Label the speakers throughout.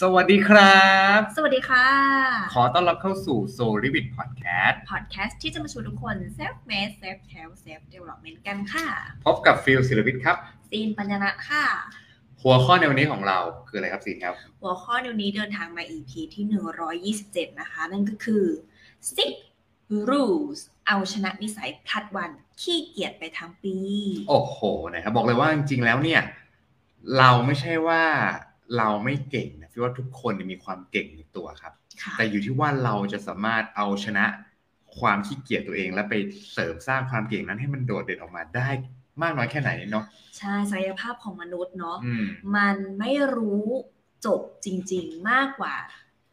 Speaker 1: สวัสดีครับ
Speaker 2: สวัสดีค่ะ
Speaker 1: ขอต้อนรับเข้าสู่ Soul Ribbit Podcast
Speaker 2: พอดแคสต์ที่จะมาชวนทุกคน self made self help self development กันค่ะ
Speaker 1: พบกับฟิลศิลวิทย์ครับ
Speaker 2: ซีนปัญญนะค่ะ
Speaker 1: หัวข้อในวันนี้ของเราคืออะไรครับซีนครับ
Speaker 2: หัวข้อในวันนี้เดินทางมา EP ที่ 127 นะคะ นั่นก็คือ six rules เอาชนะนิสัยพลัดวันขี้เกียจไปทั้งปี
Speaker 1: โอ้โหนะครับบอกเลยว่าจริงๆแล้วเนี่ย เราไม่ใช่ว่าเราไม่เก่งนะพี่ว่าทุกคนเนี่ยมีความเก่งในตัวครับ
Speaker 2: ค่ะ
Speaker 1: แต่อยู่ที่ว่าเราจะสามารถเอาชนะความขี้เกียจตัวเอง และไปเสริมสร้างความเก่งนั้นให้มันโดดเด่นออกมาได้มากน้อยแค่ไหนเนาะ
Speaker 2: ใช่ศักยภาพของมนุษย์เนาะ
Speaker 1: อืม
Speaker 2: มันไม่รู้จบจริงๆ มากกว่า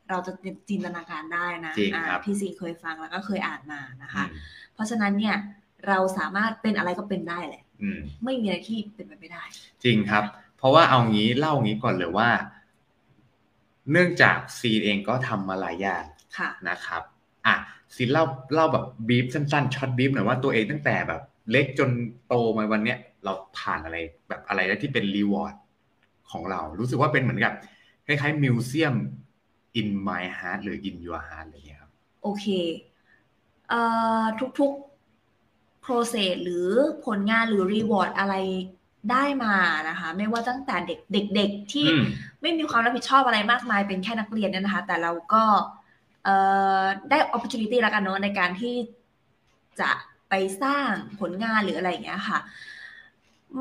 Speaker 2: เราจะจินตนาการได้นะ
Speaker 1: จริง
Speaker 2: อ่า
Speaker 1: ครับ
Speaker 2: พี่ซีนเคยฟังแล้วก็เคยอ่านมานะ
Speaker 1: อื
Speaker 2: คะ
Speaker 1: ม
Speaker 2: เพราะฉะนั้นเนี่ยเราสามารถเป็นอะไรก็เป็นได้แหละ
Speaker 1: อืม
Speaker 2: ไม่มีอะไรที่เป็นไปไม่ได้
Speaker 1: จริงครับ เพราะว่าเอางี้เล่างี้ก่อนเลยว่า เนื่องจากซีนเองก็ทำมาหลายอย่าง
Speaker 2: ค่ะ
Speaker 1: นะครับ อ่ะซีนเล่าเล่าแบบบีฟสั้นๆช็อตบีฟหน่อยว่าตัวเองตั้งแต่แบบ เล็กจนโตมาวันเนี้ยเราผ่านอะไรแบบอะไรได้ที่เป็นรีวอร์ดของเรา รู้สึกว่าเป็นเหมือนกับคล้ายๆมิวเซียม in my heart หรือ in your heart อะไรอย่างเงี้ยครับ
Speaker 2: โอเคเอ่อทุกๆ process หรือผลงานหรือ reward อะไรได้มานะคะ ไม่ว่าตั้งแต่เด็กเด็กๆที่
Speaker 1: อืม
Speaker 2: ไม่มีความรับผิดชอบอะไรมากมายเป็นแค่นักเรียนเนี่ยนะคะ แต่เราก็เอ่อได้ opportunity ละกันเนาะในการที่จะไปสร้างผลงานหรืออะไรอย่างเงี้ยค่ะ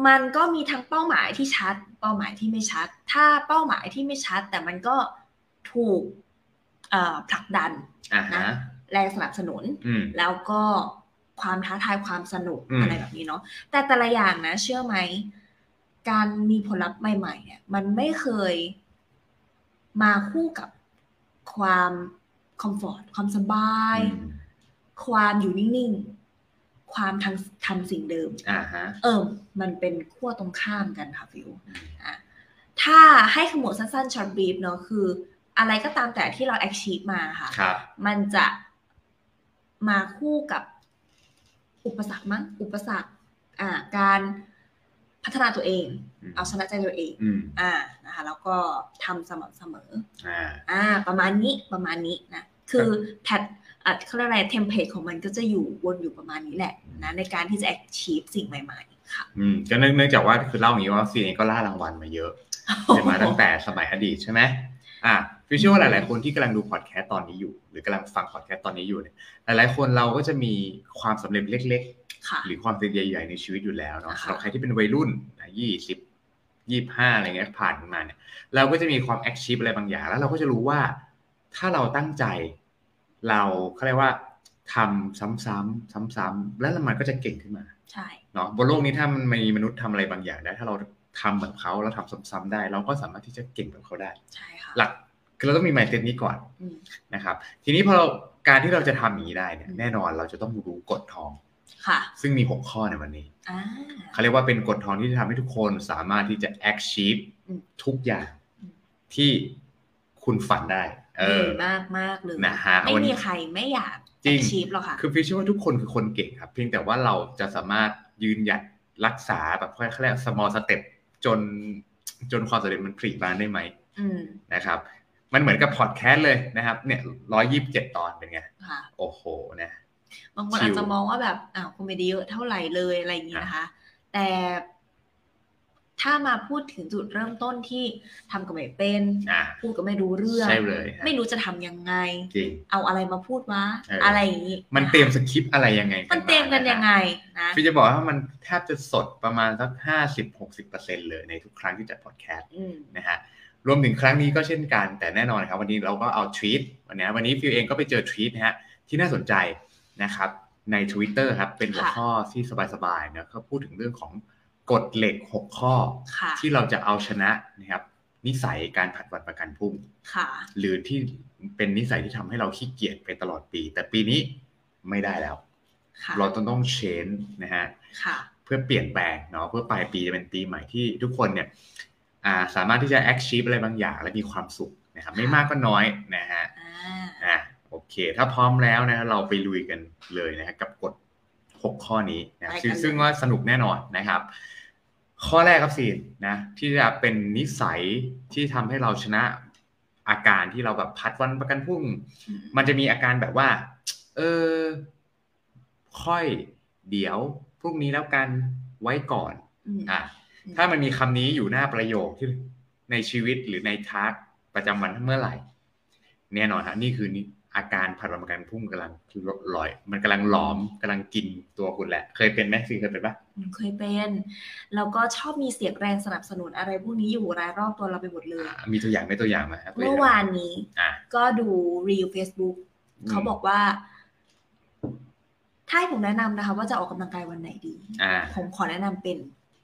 Speaker 2: มันก็มีทั้งเป้าหมายที่ชัด เป้าหมายที่ไม่ชัด ถ้าเป้าหมายที่ไม่ชัด แต่มันก็ถูกเอ่อผลักดัน
Speaker 1: อ่าฮะ
Speaker 2: แรงสนับสนุน
Speaker 1: อืม
Speaker 2: แล้วก็ความท้าทายความสนุก
Speaker 1: อืม
Speaker 2: อะไรแบบนี้เนาะแต่แต่ละอย่างนะ เชื่อไหม การมีผลลัพธ์ใหม่ ๆ เนี่ย มันไม่เคยมาคู่กับความคอมฟอร์ตความสบาย
Speaker 1: อืม
Speaker 2: ความอยู่นิ่งๆ ความทำทำสิ่งเดิม
Speaker 1: อ่าฮะ
Speaker 2: เออมันเป็นขั้วตรงข้ามกันค่ะฟิว
Speaker 1: อืม
Speaker 2: อ่ะถ้าให้ขมวดสั้นๆช็อตบีฟเนาะคือ อะไรก็ตามแต่ที่เรา achieve มาค่ะ
Speaker 1: ครับ
Speaker 2: มันจะมาคู่กับอุปสรรคมั้งอุปสรรคอ่าการพัฒนาตัวเอง
Speaker 1: อืม
Speaker 2: เอาชนะใจตัวเอง
Speaker 1: อืม
Speaker 2: อ่านะคะแล้วก็ทำสม่ำเสมอ
Speaker 1: อ่า
Speaker 2: อ่าประมาณนี้ประมาณนี้นะคือแพทอ่ะเขาเรียกอะไรเทมเพลตของมันก็จะอยู่วนอยู่ประมาณนี้แหละนะในการที่จะ achieve สิ่งใหม่ๆ ค่ะ
Speaker 1: อืมก็เนื่องเนื่องจากว่าคือเล่าอย่างนี้ว่าซีเองก็ล่ารางวัลมาเยอะใช่ไหมตั้งแต่สมัยอดีตใช่ไหมอ่ะพี่เชื่อว่าหลาย ๆ คนที่กำลังดูพอดแคสต์ตอนนี้อยู่ หรือกำลังฟังพอดแคสต์ตอนนี้อยู่เนี่ยหลาย ๆ คนเราก็จะมีความสำเร็จเล็ก
Speaker 2: ค่ะ
Speaker 1: ๆ หรือความสำเร็จใหญ่ ๆ ในชีวิตอยู่แล้วเนาะ
Speaker 2: อ่าฮะ
Speaker 1: สำหรับใครที่เป็นวัยรุ่นยี่สิบยี่ห้าอะไรเงี้ยผ่านมาเนี่ยเราก็จะมีความแอคชีพอะไรบางอย่าง แล้วเราก็จะรู้ว่าถ้าเราตั้งใจ เราเขาเรียกว่าทำซ้ำๆซ้ำๆแล้วมันก็จะเก่งขึ้นมา
Speaker 2: ใช่
Speaker 1: เนาะบนโลกนี้ถ้ามันมีมนุษย์ทำอะไรบางอย่างได้ ถ้าเราทำเหมือนเขาแล้วทำซ้ำๆได้ เราก็สามารถที่จะเก่งแบบเขาได้
Speaker 2: ใช่ค่ะ
Speaker 1: หลักคือเราต้องมี mindset นี้ก่อน
Speaker 2: อืม
Speaker 1: นะครับ ทีนี้พอเราการที่เราจะทำอย่างนี้ได้เนี่ยแน่นอนเราจะต้องรู้กฎทอง
Speaker 2: ค่ะ
Speaker 1: ซึ่งมีหกข้อในวันนี้
Speaker 2: อ่า
Speaker 1: เขาเรียกว่าเป็นกฎทองที่จะทำให้ทุกคนสามารถที่จะ achieve
Speaker 2: อืม
Speaker 1: ทุกอย่าง
Speaker 2: อืม
Speaker 1: ที่คุณฝันได้ เอ
Speaker 2: ดี
Speaker 1: อ
Speaker 2: มากมากๆเลย
Speaker 1: นะฮะ
Speaker 2: ไม่
Speaker 1: วันนี้
Speaker 2: มีใครไม่อยาก
Speaker 1: จริง
Speaker 2: ชีพหรอกค่ะ
Speaker 1: คือฟิชเชื่อว่าทุกคนคือคนเก่งครับ เพียงแต่ว่าเราจะสามารถยืนหยัดรักษาแบบค่อยๆ small step จนจนความสำเร็จมันผลิบานได้ไหม
Speaker 2: อืม
Speaker 1: นะครับ มันเหมือนกับพอดแคสต์เลยนะครับ เนี่ยร้อยยี่สิบเจ็ดตอนเป็นไง
Speaker 2: ค่ะ
Speaker 1: โอ้โหนะ
Speaker 2: บางคน
Speaker 1: ชิล
Speaker 2: อาจจะมองว่าแบบอ้าวคุณไม่ได้เยอะเท่าไหร่เลยอะไรอย่างนี้นะคะ แต่ถ้ามาพูดถึงจุดเริ่มต้นที่ทำก็ไม่เป็น
Speaker 1: อ่ะ
Speaker 2: พูดก็ไม่รู้เรื่อง
Speaker 1: ใช่เลยฮะ
Speaker 2: ไม่รู้จะทำยังไง
Speaker 1: จริง
Speaker 2: เอาอะไรมาพูดวะ
Speaker 1: เอออ
Speaker 2: อะไรอย่างนี้
Speaker 1: มันเตรียมสคริปต์อะไรยังไง
Speaker 2: มันเต็มกันยังไงนะ
Speaker 1: พี่จะบอกว่ามันแทบจะสดประมาณสักห้าสิบหกสิบเปอร์เซ็นเลยในทุกครั้งที่จัดพอดแคสต์
Speaker 2: อืม
Speaker 1: นะฮะรวมถึงครั้งนี้ก็เช่นกันแต่แน่นอนครับ วันนี้เราก็เอาทวีตวันนี้วันนี้ฟิวเองก็ไปเจอทวีตนะฮะที่น่าสนใจนะครับใน Twitter ครับเป็นหัวข้อที่สบายๆนะเขาพูดถึงเรื่องของกฎเหล็ก 6 ข้อ
Speaker 2: ค่ะ
Speaker 1: ที่เราจะเอาชนะนะครับนิสัยการผัดวันประกันพรุ่ง
Speaker 2: ค่ะ
Speaker 1: หรือที่เป็นนิสัยที่ทำให้เราขี้เกียจไปตลอดปี แต่ปีนี้ไม่ได้แล้ว
Speaker 2: ค่ะ
Speaker 1: เราต้องต้องเชนนะฮะ
Speaker 2: ค่ะ
Speaker 1: เพื่อเปลี่ยนแปลงเนาะเพื่อปลายปีจะเป็นปีใหม่ที่ทุกคนเนี่ยอ่าสามารถที่จะ achieve อะไรบางอย่าง และมีความสุขนะครับไม่มากก็น้อยนะฮะ
Speaker 2: อ่า
Speaker 1: อ่ะโอเค ถ้าพร้อมแล้วนะฮะเราไปลุยกันเลยนะฮะกับกฎ 6 ข้อนี้นะ
Speaker 2: ไปกัน
Speaker 1: ซึ่ง
Speaker 2: เลย
Speaker 1: ซึ่งว่าสนุกแน่นอนนะครับ ข้อแรกครับซีนนะที่จะเป็นนิสัยที่ทำให้เราชนะ อาการที่เราแบบพัดวันประกันพรุ่ง
Speaker 2: อืม
Speaker 1: มันจะมีอาการแบบว่า เออ ค่อยเดี๋ยวพรุ่งนี้แล้วกันไว้ก่อน
Speaker 2: อืม
Speaker 1: อ่ะ
Speaker 2: อืม
Speaker 1: ถ้ามันมีคำนี้อยู่หน้าประโยคที่ในชีวิตหรือในทาร์กประจำวันเมื่อไหร่ แน่นอนฮะนี่คือนี่อาการผัดวันประกันพรุ่งกำลังลอย มันกำลังหลอมกำลังกินตัวคุณแหละ เคยเป็นไหมซีเคยเป็นปะ
Speaker 2: อืมเคยเป็นแล้วก็ชอบมีเสียงแรงสนับสนุนอะไรพวกนี้อยู่รายรอบตัวเราไปหมดเลย
Speaker 1: อ่ามีตัวอย่างไหมตัวอย่างมาฮะ
Speaker 2: เมื่อวานนี้
Speaker 1: อ่ะ
Speaker 2: ก็ดูรีวิว Facebook
Speaker 1: ม
Speaker 2: เขาบอกว่า ถ้าให้ผมแนะนำนะคะ ว่าจะออกกำลังกายวันไหนดี
Speaker 1: อ่า
Speaker 2: ผมขอแนะนำเป็น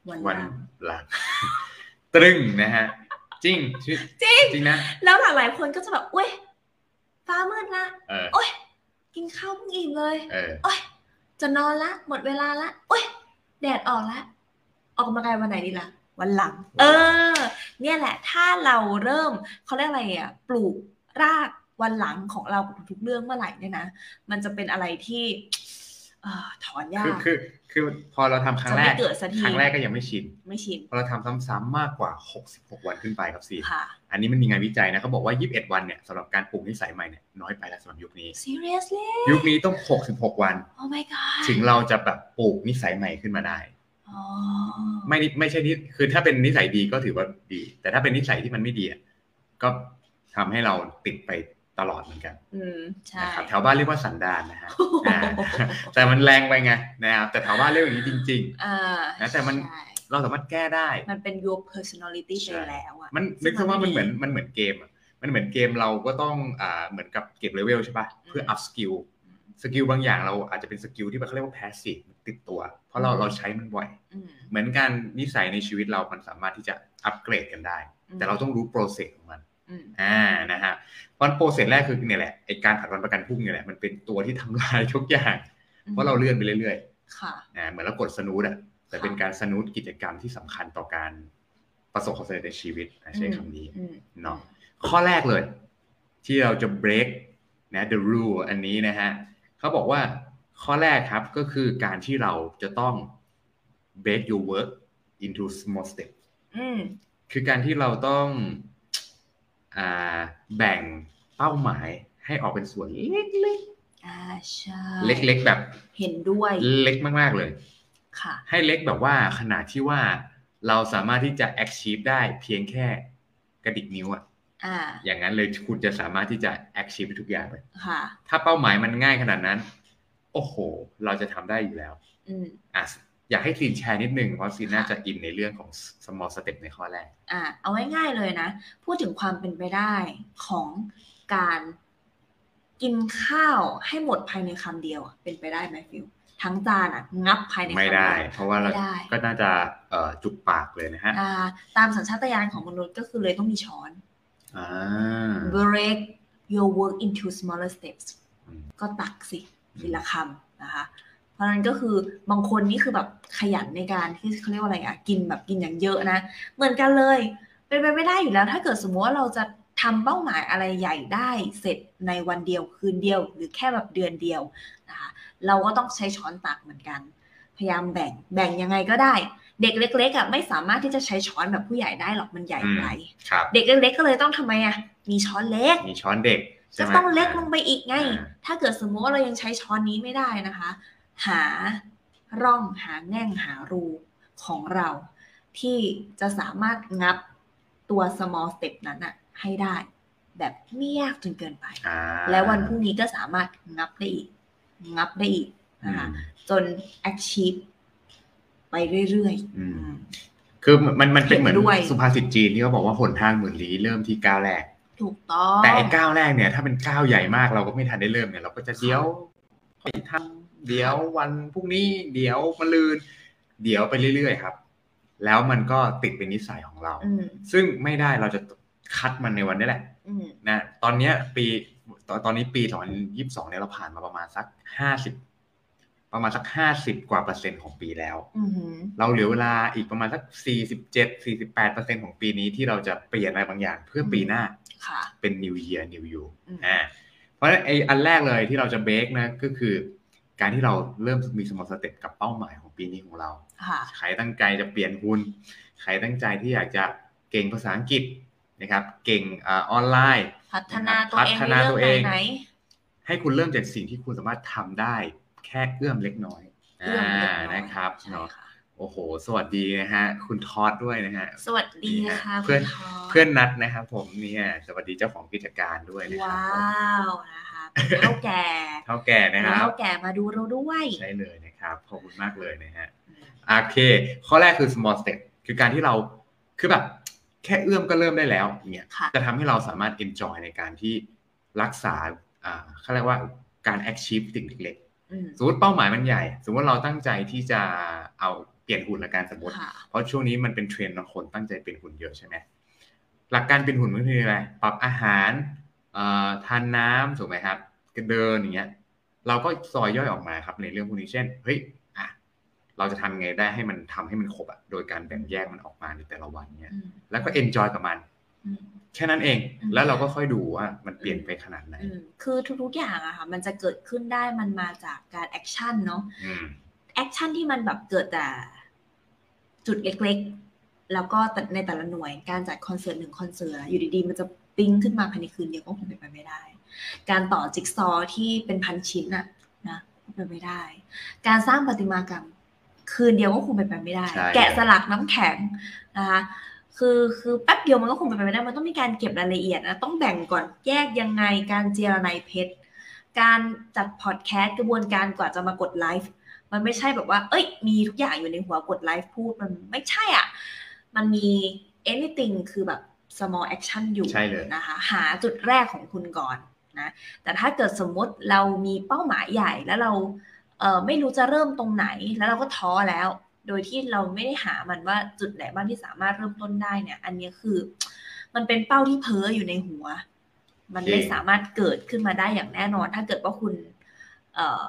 Speaker 2: วัน
Speaker 1: วัน
Speaker 2: หลัง
Speaker 1: หลัง ตรึงนะฮะ จริงชื่อ
Speaker 2: จริง
Speaker 1: จริงนะ
Speaker 2: แล้วหลายๆคนก็จะแบบอุ้ยฟ้ามืดละ
Speaker 1: เออ
Speaker 2: โอ้ยกินข้าวเพิ่งอิ่มเลย
Speaker 1: เออ
Speaker 2: โอ้ยจะนอนละ หมดเวลาละโอ้ยแดดออกละ ออกกำลังกายวันไหนดีละ่ะ วันหลัง เออ เนี่ยแหละ ถ้าเราเริ่มเขาเรียกอะไรอะ่ะ ปลูกรากวันหลังของเรากับทุกๆเรื่องเมื่อไหร่เนี่ยนะ มันจะเป็นอะไรที่ เออถอนยา
Speaker 1: คือก คือคือพอเราทำครั้ง
Speaker 2: จะ
Speaker 1: แร
Speaker 2: ไม่
Speaker 1: ก
Speaker 2: เกิดสักที
Speaker 1: ครั้งแรกก็ยังไม่ชิน
Speaker 2: ไม่ชิน
Speaker 1: พอเราทำซ้ำๆมากกว่า 66 วันขึ้นไปครับซี
Speaker 2: ค่ะ
Speaker 1: อันนี้มันมีงานวิจัยนะเขาบอกว่า 21 วันเนี่ยสำหรับการปลูกนิสัยใหม่เนี่ยน้อยไปแล้วสำหรับยุคนี้
Speaker 2: seriously
Speaker 1: ยุคนี้ต้อง 66 วัน
Speaker 2: oh my god
Speaker 1: ถึงเราจะแบบปลูกนิสัยใหม่ขึ้นมาได้
Speaker 2: อ๋อ
Speaker 1: ไม่ไม่ใช่นิคือถ้าเป็นนิสัยดีก็ถือว่าดี แต่ถ้าเป็นนิสัยที่มันไม่ดีอะก็ทำให้เราติดไปตลอดเหมือนกัน
Speaker 2: อืม ใช่
Speaker 1: นะครับแถวบ้านเรียกว่าสันดานนะฮะ อ่า แต่มันแรงไปไงนะครับแต่แถวบ้านเรียกอย่างนี้จริง
Speaker 2: อ่า
Speaker 1: นะแต่มัน
Speaker 2: ใช่
Speaker 1: ๆ เราสามารถแก้ได้
Speaker 2: มันเป็น your personality ไป
Speaker 1: ใช่
Speaker 2: แล้วอะ
Speaker 1: มันนึกซะว่ามันเหมือนมันเหมือนเกมอะมันเหมือนเกมเราก็ต้องอ่าเหมือนกับเก็บเลเวลใช่ป่ะเพื่ออัพสกิลสกิลบางอย่างเราอาจจะเป็นสกิลที่แบบเขาเรียกว่า passive มันติดตัว เพราะเรา
Speaker 2: อืม
Speaker 1: เราใช้มันบ่อย
Speaker 2: อืม
Speaker 1: เหมือนกันนิสัยในชีวิตเรามันสามารถที่จะอัปเกรดกันได้ แต่เราต้องรู้โปรเซสของมัน
Speaker 2: อืม
Speaker 1: อ่านะฮะวันโปรเซสแรกคือเนี่ยแหละไอการผัดวันประกันพรุ่งเนี่ยแหละมันเป็นตัวที่ทำลายทุกอย่าง เพราะเราเลื่อนไปเรื่อยๆ
Speaker 2: ค่ะ
Speaker 1: นะเหมือนเรากดสนูดอะแต่เป็นการสนูดกิจกรรมที่สำคัญต่อการประสบความสำเร็จในชีวิตนะใช้คำนี้
Speaker 2: อืม
Speaker 1: เนาะ ข้อแรกเลย ที่เราจะ break นะ the rule อันนี้นะฮะเขาบอกว่าข้อแรกครับก็คือการที่เราจะต้อง break your work into small step
Speaker 2: อืม
Speaker 1: คือการที่เราต้องอาแบ่งเป้าหมายให้ออกเป็นส่วนเล็ก
Speaker 2: อ่าใช่
Speaker 1: ๆ เล็กๆ แบบ
Speaker 2: เห็นด้วย
Speaker 1: เล็กมากๆเลย
Speaker 2: ค่ะ
Speaker 1: ให้เล็กแบบว่าขนาดที่ว่าเราสามารถที่จะ achieve ได้เพียงแค่กระดิกนิ้วอะ
Speaker 2: อ่า
Speaker 1: อย่างนั้นเลยคุณจะสามารถที่จะ achieve ได้ทุกอย่างเลย
Speaker 2: ค่ะ
Speaker 1: ถ้าเป้าหมายมันง่ายขนาดนั้น โอ้โห เราจะทำได้อยู่แล้ว
Speaker 2: อืม
Speaker 1: อ่ะอยากให้ซีนแชร์นิดนึง เพราะซีน
Speaker 2: ค่ะ
Speaker 1: น่าจะอินในเรื่องของ small step ในข้อแรก
Speaker 2: อ่าเอาง่ายๆเลยนะ พูดถึงความเป็นไปได้ของการกินข้าวให้หมดภายในคำเดียวอะเป็นไปได้ไหมฟิวทั้งจานอ่ะงับภายในคำ
Speaker 1: ไม่
Speaker 2: เดี
Speaker 1: ได้
Speaker 2: ยว
Speaker 1: เพราะว่าเรา
Speaker 2: ไม่ได้
Speaker 1: ก็น่าจะเอ่อจุกปากเลยนะฮะ
Speaker 2: อ่าตามสัญชาตญาณของมนุษย์ก็คือเลยต้องมีช้อน
Speaker 1: อ่า
Speaker 2: break your work into smaller steps
Speaker 1: อืม
Speaker 2: ก็ตักสิทีละคำนะคะ เพราะฉะนั้นก็คือบางคนนี่คือแบบขยันในการที่เขาเรียกว่าอะไรอะกินแบบกินอย่างเยอะนะ เหมือนกันเลย เป็นไปไม่ได้อยู่แล้ว ถ้าเกิดสมมติว่าเราจะทำเป้าหมายอะไรใหญ่ได้เสร็จในวันเดียวคืนเดียว หรือแค่แบบเดือนเดียวนะคะ เราก็ต้องใช้ช้อนตักเหมือนกัน พยายามแบ่งแบ่งยังไงก็ได้ เด็กเล็กๆอ่ะไม่สามารถที่จะใช้ช้อนแบบผู้ใหญ่ได้หรอกมันใหญ่ไป
Speaker 1: ครับ
Speaker 2: เด็กเล็กๆก็เลยต้องทำไมอ่ะ มีช้อนเล็ก
Speaker 1: มีช้อนเด็กใช่
Speaker 2: จะ
Speaker 1: ไหม
Speaker 2: ต้องเล็กลงไปอีกไง
Speaker 1: อ่า
Speaker 2: ถ้าเกิดสมมติว่าเรายังใช้ช้อนนี้ไม่ได้นะคะ หาร่องหาแง่งหารูของเรา ที่จะสามารถงับตัว small step นั้นอะให้ได้ แบบไม่ยากจนเกินไป
Speaker 1: อ่า
Speaker 2: และวันพรุ่งนี้ก็สามารถงับได้อีก งับได้อีก
Speaker 1: อื
Speaker 2: นะคะ
Speaker 1: ม
Speaker 2: จน achieve ไปเรื่อยๆ
Speaker 1: อืม
Speaker 2: อืม
Speaker 1: คือมันมันเป็นเหมือน
Speaker 2: เห็นด้วย
Speaker 1: สุภาษิตจีนที่เขาบอกว่าหนทางหมื่นลี้เริ่มที่ก้าวแรก
Speaker 2: ถูกต้อง
Speaker 1: แต่ไอ้ก้าวแรกเนี่ย ถ้าเป็นก้าวใหญ่มากเราก็ไม่ทันได้เริ่มเนี่ยเราก็จะเดี๋ยวไปทำเดี๋ยววันพรุ่งนี้ เดี๋ยวมะลืน เดี๋ยวไปเรื่อยๆครับ แล้วมันก็ติดเป็นนิสัยของเรา
Speaker 2: อืม
Speaker 1: ซึ่งไม่ได้เราจะคัดมันในวันนี้แหละ
Speaker 2: อืม
Speaker 1: นะตอนเนี้ยปีตอนตอนนี้ปี2022เนี่ยเราผ่านมาประมาณสัก50ประมาณสัก50กว่าเปอร์เซ็นต์ของปีแล้ว
Speaker 2: อือหือ
Speaker 1: เราเหลือเวลาอีกประมาณสัก 47 48เปอร์เซ็นของปีนี้ที่เราจะเปลี่ยนอะไรบางอย่างเพื่อปีหน้า
Speaker 2: ค่ะ
Speaker 1: เป็น New Year New You
Speaker 2: อืม
Speaker 1: อ่าเพราะฉะนั้นไออันแรกเลยที่เราจะเบรกนะก็คือ การที่เราเริ่มมีสมอลสเต็ปกับเป้าหมายของปีนี้ของเรา
Speaker 2: ค่ะ
Speaker 1: ใครตั้งใจจะเปลี่ยนหุ้น ใครตั้งใจที่อยากจะเก่งภาษาอังกฤษ นะครับ เก่งอ่าออนไลน์
Speaker 2: พัฒนาตัวเอง
Speaker 1: พัฒ
Speaker 2: ใน
Speaker 1: นา
Speaker 2: เรื่
Speaker 1: ตัวเอ
Speaker 2: อง
Speaker 1: ง
Speaker 2: ไหน
Speaker 1: ให้คุณเริ่มจากสิ่งที่คุณสามารถทำได้แค่เอื้อมเล็กน้อย
Speaker 2: เอื้อมเล็กน้อย
Speaker 1: านะครับ
Speaker 2: ๆใช่
Speaker 1: เนาะ
Speaker 2: ค่ะ
Speaker 1: โอ้โห สวัสดีนะฮะ คุณทอดด้วยนะฮะ
Speaker 2: สวัสดีค่ะ
Speaker 1: เพื่
Speaker 2: คุ
Speaker 1: อ
Speaker 2: ณ
Speaker 1: น
Speaker 2: ทอม
Speaker 1: เพื่อนนัดนะครับผมเนี่ยสวัสดีเจ้าของกิจการด้วยนะครั
Speaker 2: ว้า
Speaker 1: ผม
Speaker 2: วนะคะเป็นเท่าแก่
Speaker 1: เท่าแก่นะครั
Speaker 2: เท่า
Speaker 1: บ
Speaker 2: แก่มาดูเราด้วย
Speaker 1: ใช่เลยนะครับขอบคุณมากเลยนะฮะ โอเค ข้อแรกคือ small step คือการที่เรา คือแบบ แค่เอื้อมก็เริ่มได้แล้วเนี่ย
Speaker 2: ค่ะ
Speaker 1: จะทำให้เราสามารถ enjoy ในการที่รักษา อ่าเขาเรียกว่าการ achieve สิ่งเล็ก
Speaker 2: อืม
Speaker 1: ๆ สมมติเป้าหมายมันใหญ่ สมมติเราตั้งใจที่จะเอาเปลี่ยนหุ่นละกันสมมติ
Speaker 2: ค่ะ
Speaker 1: เพราะช่วงนี้มันเป็นเทรนด์เนอะคนตั้งใจเปลี่ยนหุ่นเยอะใช่ไหมหลักการเปลี่ยนหุ่นมันคืออะไร ปรับอาหารเอ่อทานน้ำถูกไหมครับเดินอย่างเงี้ย เราก็ซอยย่อยออกมาครับในเรื่องพวกนี้เช่นเฮ้ยอ่ะเราจะทำไงได้ให้มันทำให้มันครบอะโดยการแบ่งแยกมันออกมาในแต่ละวันเนี้ย
Speaker 2: อืม
Speaker 1: แล้วก็เอนจอยกับมัน
Speaker 2: อืม
Speaker 1: แค่นั้นเอง
Speaker 2: อืม
Speaker 1: แล้วเราก็ค่อยดูว่ามันเปลี่ยนไปขนาดไหน
Speaker 2: อืมคือทุกๆอย่างอะค่ะ มันจะเกิดขึ้นได้มันมาจากการแอคชั่นเนาะ
Speaker 1: อืม
Speaker 2: แอคชั่นที่มันแบบเกิดแต่จุดเล็กๆ แล้วก็แต่ในแต่ละหน่วยการจัดคอนเสิร์ตหนึ่งคอนเสิร์ตอะอยู่ดีๆ มันจะปิ้งขึ้นมาภายในคืนเดียวก็คงเป็นไปไม่ได้ การต่อจิ๊กซอว์ที่เป็นพันชิ้นอะนะก็เป็นไปไม่ได้ การสร้างประติมากรรม คืนเดียวก็คงเป็นไปไม่ได้
Speaker 1: ใช่
Speaker 2: แกะสลักน้ำแข็งนะคะคือคือแป๊บเดียวมันก็คงเป็นไปไม่ได้มันต้องมีการเก็บรายละเอียดนะต้องแบ่งก่อนแยกยังไงการเจรไนายเพชรการจัดพอดแคสต์กระบวนการกว่าจะมากดไลฟ์ มันไม่ใช่แบบว่า เอ้ย มีทุกอย่างอยู่ในหัวกดไลฟ์พูด มันไม่ใช่อ่ะ มันมี anything คือแบบ small action อยู่
Speaker 1: ใช่เลย
Speaker 2: นะคะ หาจุดแรกของคุณก่อนนะ แต่ถ้าเกิดสมมติเรามีเป้าหมายใหญ่แล้วเราเออไม่รู้จะเริ่มตรงไหน แล้วเราก็ท้อแล้ว โดยที่เราไม่ได้หามันว่าจุดไหนบ้างที่สามารถเริ่มต้นได้เนี่ย อันเนี้ยคือ มันเป็นเป้าที่เพ้ออยู่ในหัว มันไม่
Speaker 1: จริง
Speaker 2: สามารถเกิดขึ้นมาได้อย่างแน่นอน ถ้าเกิดว่าคุณ เอ่อ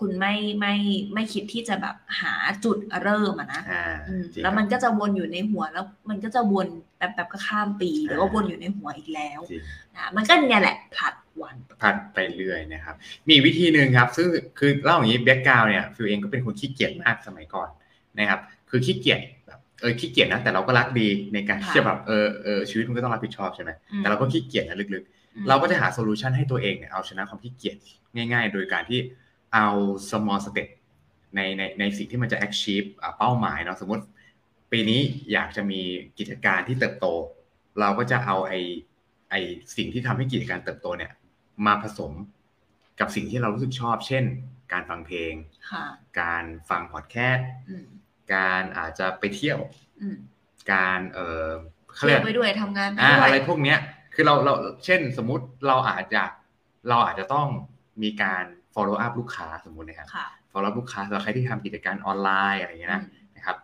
Speaker 2: คุณไม่ไม่ไม่คิดที่จะแบบหาจุดเริ่มอะนะ
Speaker 1: อ่า
Speaker 2: อืม
Speaker 1: จริง
Speaker 2: แล้วมัน
Speaker 1: ครับ
Speaker 2: ก็จะวนอยู่ในหัวแล้ว มันก็จะวนแป๊บๆก็ข้ามปี
Speaker 1: อ่า
Speaker 2: แล้วก็วนอยู่ในหัวอีกแล้ว
Speaker 1: จริง
Speaker 2: นะมันก็เนี่ยแหละผลัดวัน
Speaker 1: พันไปเรื่อยนะครับ มีวิธีหนึ่งครับ ซึ่งคือเล่าอย่างนี้แบ็กกราวเนี่ยฟิวเองก็เป็นคนขี้เกียจมากสมัยก่อนนะครับ คือขี้เกียจแบบเออขี้เกียจนะแต่เราก็รักดีในการที่
Speaker 2: ค่ะ
Speaker 1: จะแบบเออเออชีวิตมันก็ต้องรับผิดชอบใช่ไหม
Speaker 2: อืม
Speaker 1: แต่เราก็ขี้เกียจนะลึก
Speaker 2: อืม
Speaker 1: ๆ เราก็จะหาโซลูชันให้ตัวเองเนี่ยเอาชนะความขี้เกียจง่าย ๆ โดยการที่เอา small step ในในในสิ่งที่มันจะ achieve อ่ะเป้าหมายเนาะสมมติ ปีนี้อยากจะมีกิจการที่เติบโต เราก็จะเอาไอไอสิ่งที่ทำให้กิจการเติบโตเนี่ย มาผสมกับสิ่งที่เรารู้สึกชอบ เช่น การฟังเพลง
Speaker 2: ค่ะ
Speaker 1: การฟังพอดแคสต์
Speaker 2: อืม
Speaker 1: การอาจจะไปเที่ยว
Speaker 2: อืม
Speaker 1: การเออเขา
Speaker 2: เที่
Speaker 1: เรี
Speaker 2: ย
Speaker 1: ยก
Speaker 2: วไปด้วยทำงานไป
Speaker 1: อ่า
Speaker 2: ด้ว
Speaker 1: อะไร
Speaker 2: ย
Speaker 1: พวกเนี้ย คือเราเราเช่นสมมุติเราอาจจะเราอาจจะต้องมีการ follow up ลูกค้าสมมุตินะครับ
Speaker 2: ค่ะ
Speaker 1: follow up ลูกค้าสำหรับใครที่ทำกิจการออนไลน์อะไรอย่างเงี้ยนะ
Speaker 2: อืม
Speaker 1: นะครับ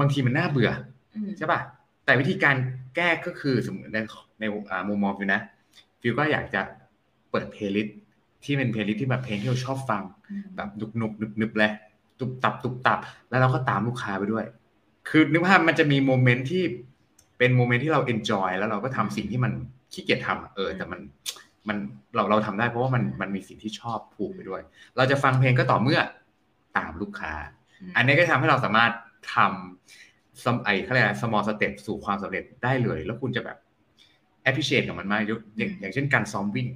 Speaker 1: บางทีมันน่าเบื่อ
Speaker 2: อืม
Speaker 1: ใช่ป่ะ แต่วิธีการแก้ก็คือสมมติในในอ่ามุมมองฟิวนะ ฟิวก็อยากจะเปิดเพลย์ลิสต์ที่เป็นเพลย์ลิสต์ที่แบบเพลงที่เราชอบฟัง
Speaker 2: อืม
Speaker 1: แบบนุกนุกนึบนึบเลยตุบตับตุบตับ แล้วเราก็ตามลูกค้าไปด้วย คือนึกภาพมันจะมีโมเมนต์ที่เป็นโมเมนต์ที่เราเอนจอยแล้วเราก็ทำสิ่งที่มันขี้เกียจทำอะเออ แต่มันมันเราเราทำได้เพราะว่ามันมันมีสิ่งที่ชอบผูกไปด้วย เราจะฟังเพลงก็ต่อเมื่อตามลูกค้า อันนี้ก็ทำให้เราสามารถทำ some ไอเขาเรียกอะไร small step สู่ความสำเร็จได้เลย แล้วคุณจะแบบ appreciate กับมันมากยกอย่างอย่างเช่นการซ้อมวิ่ง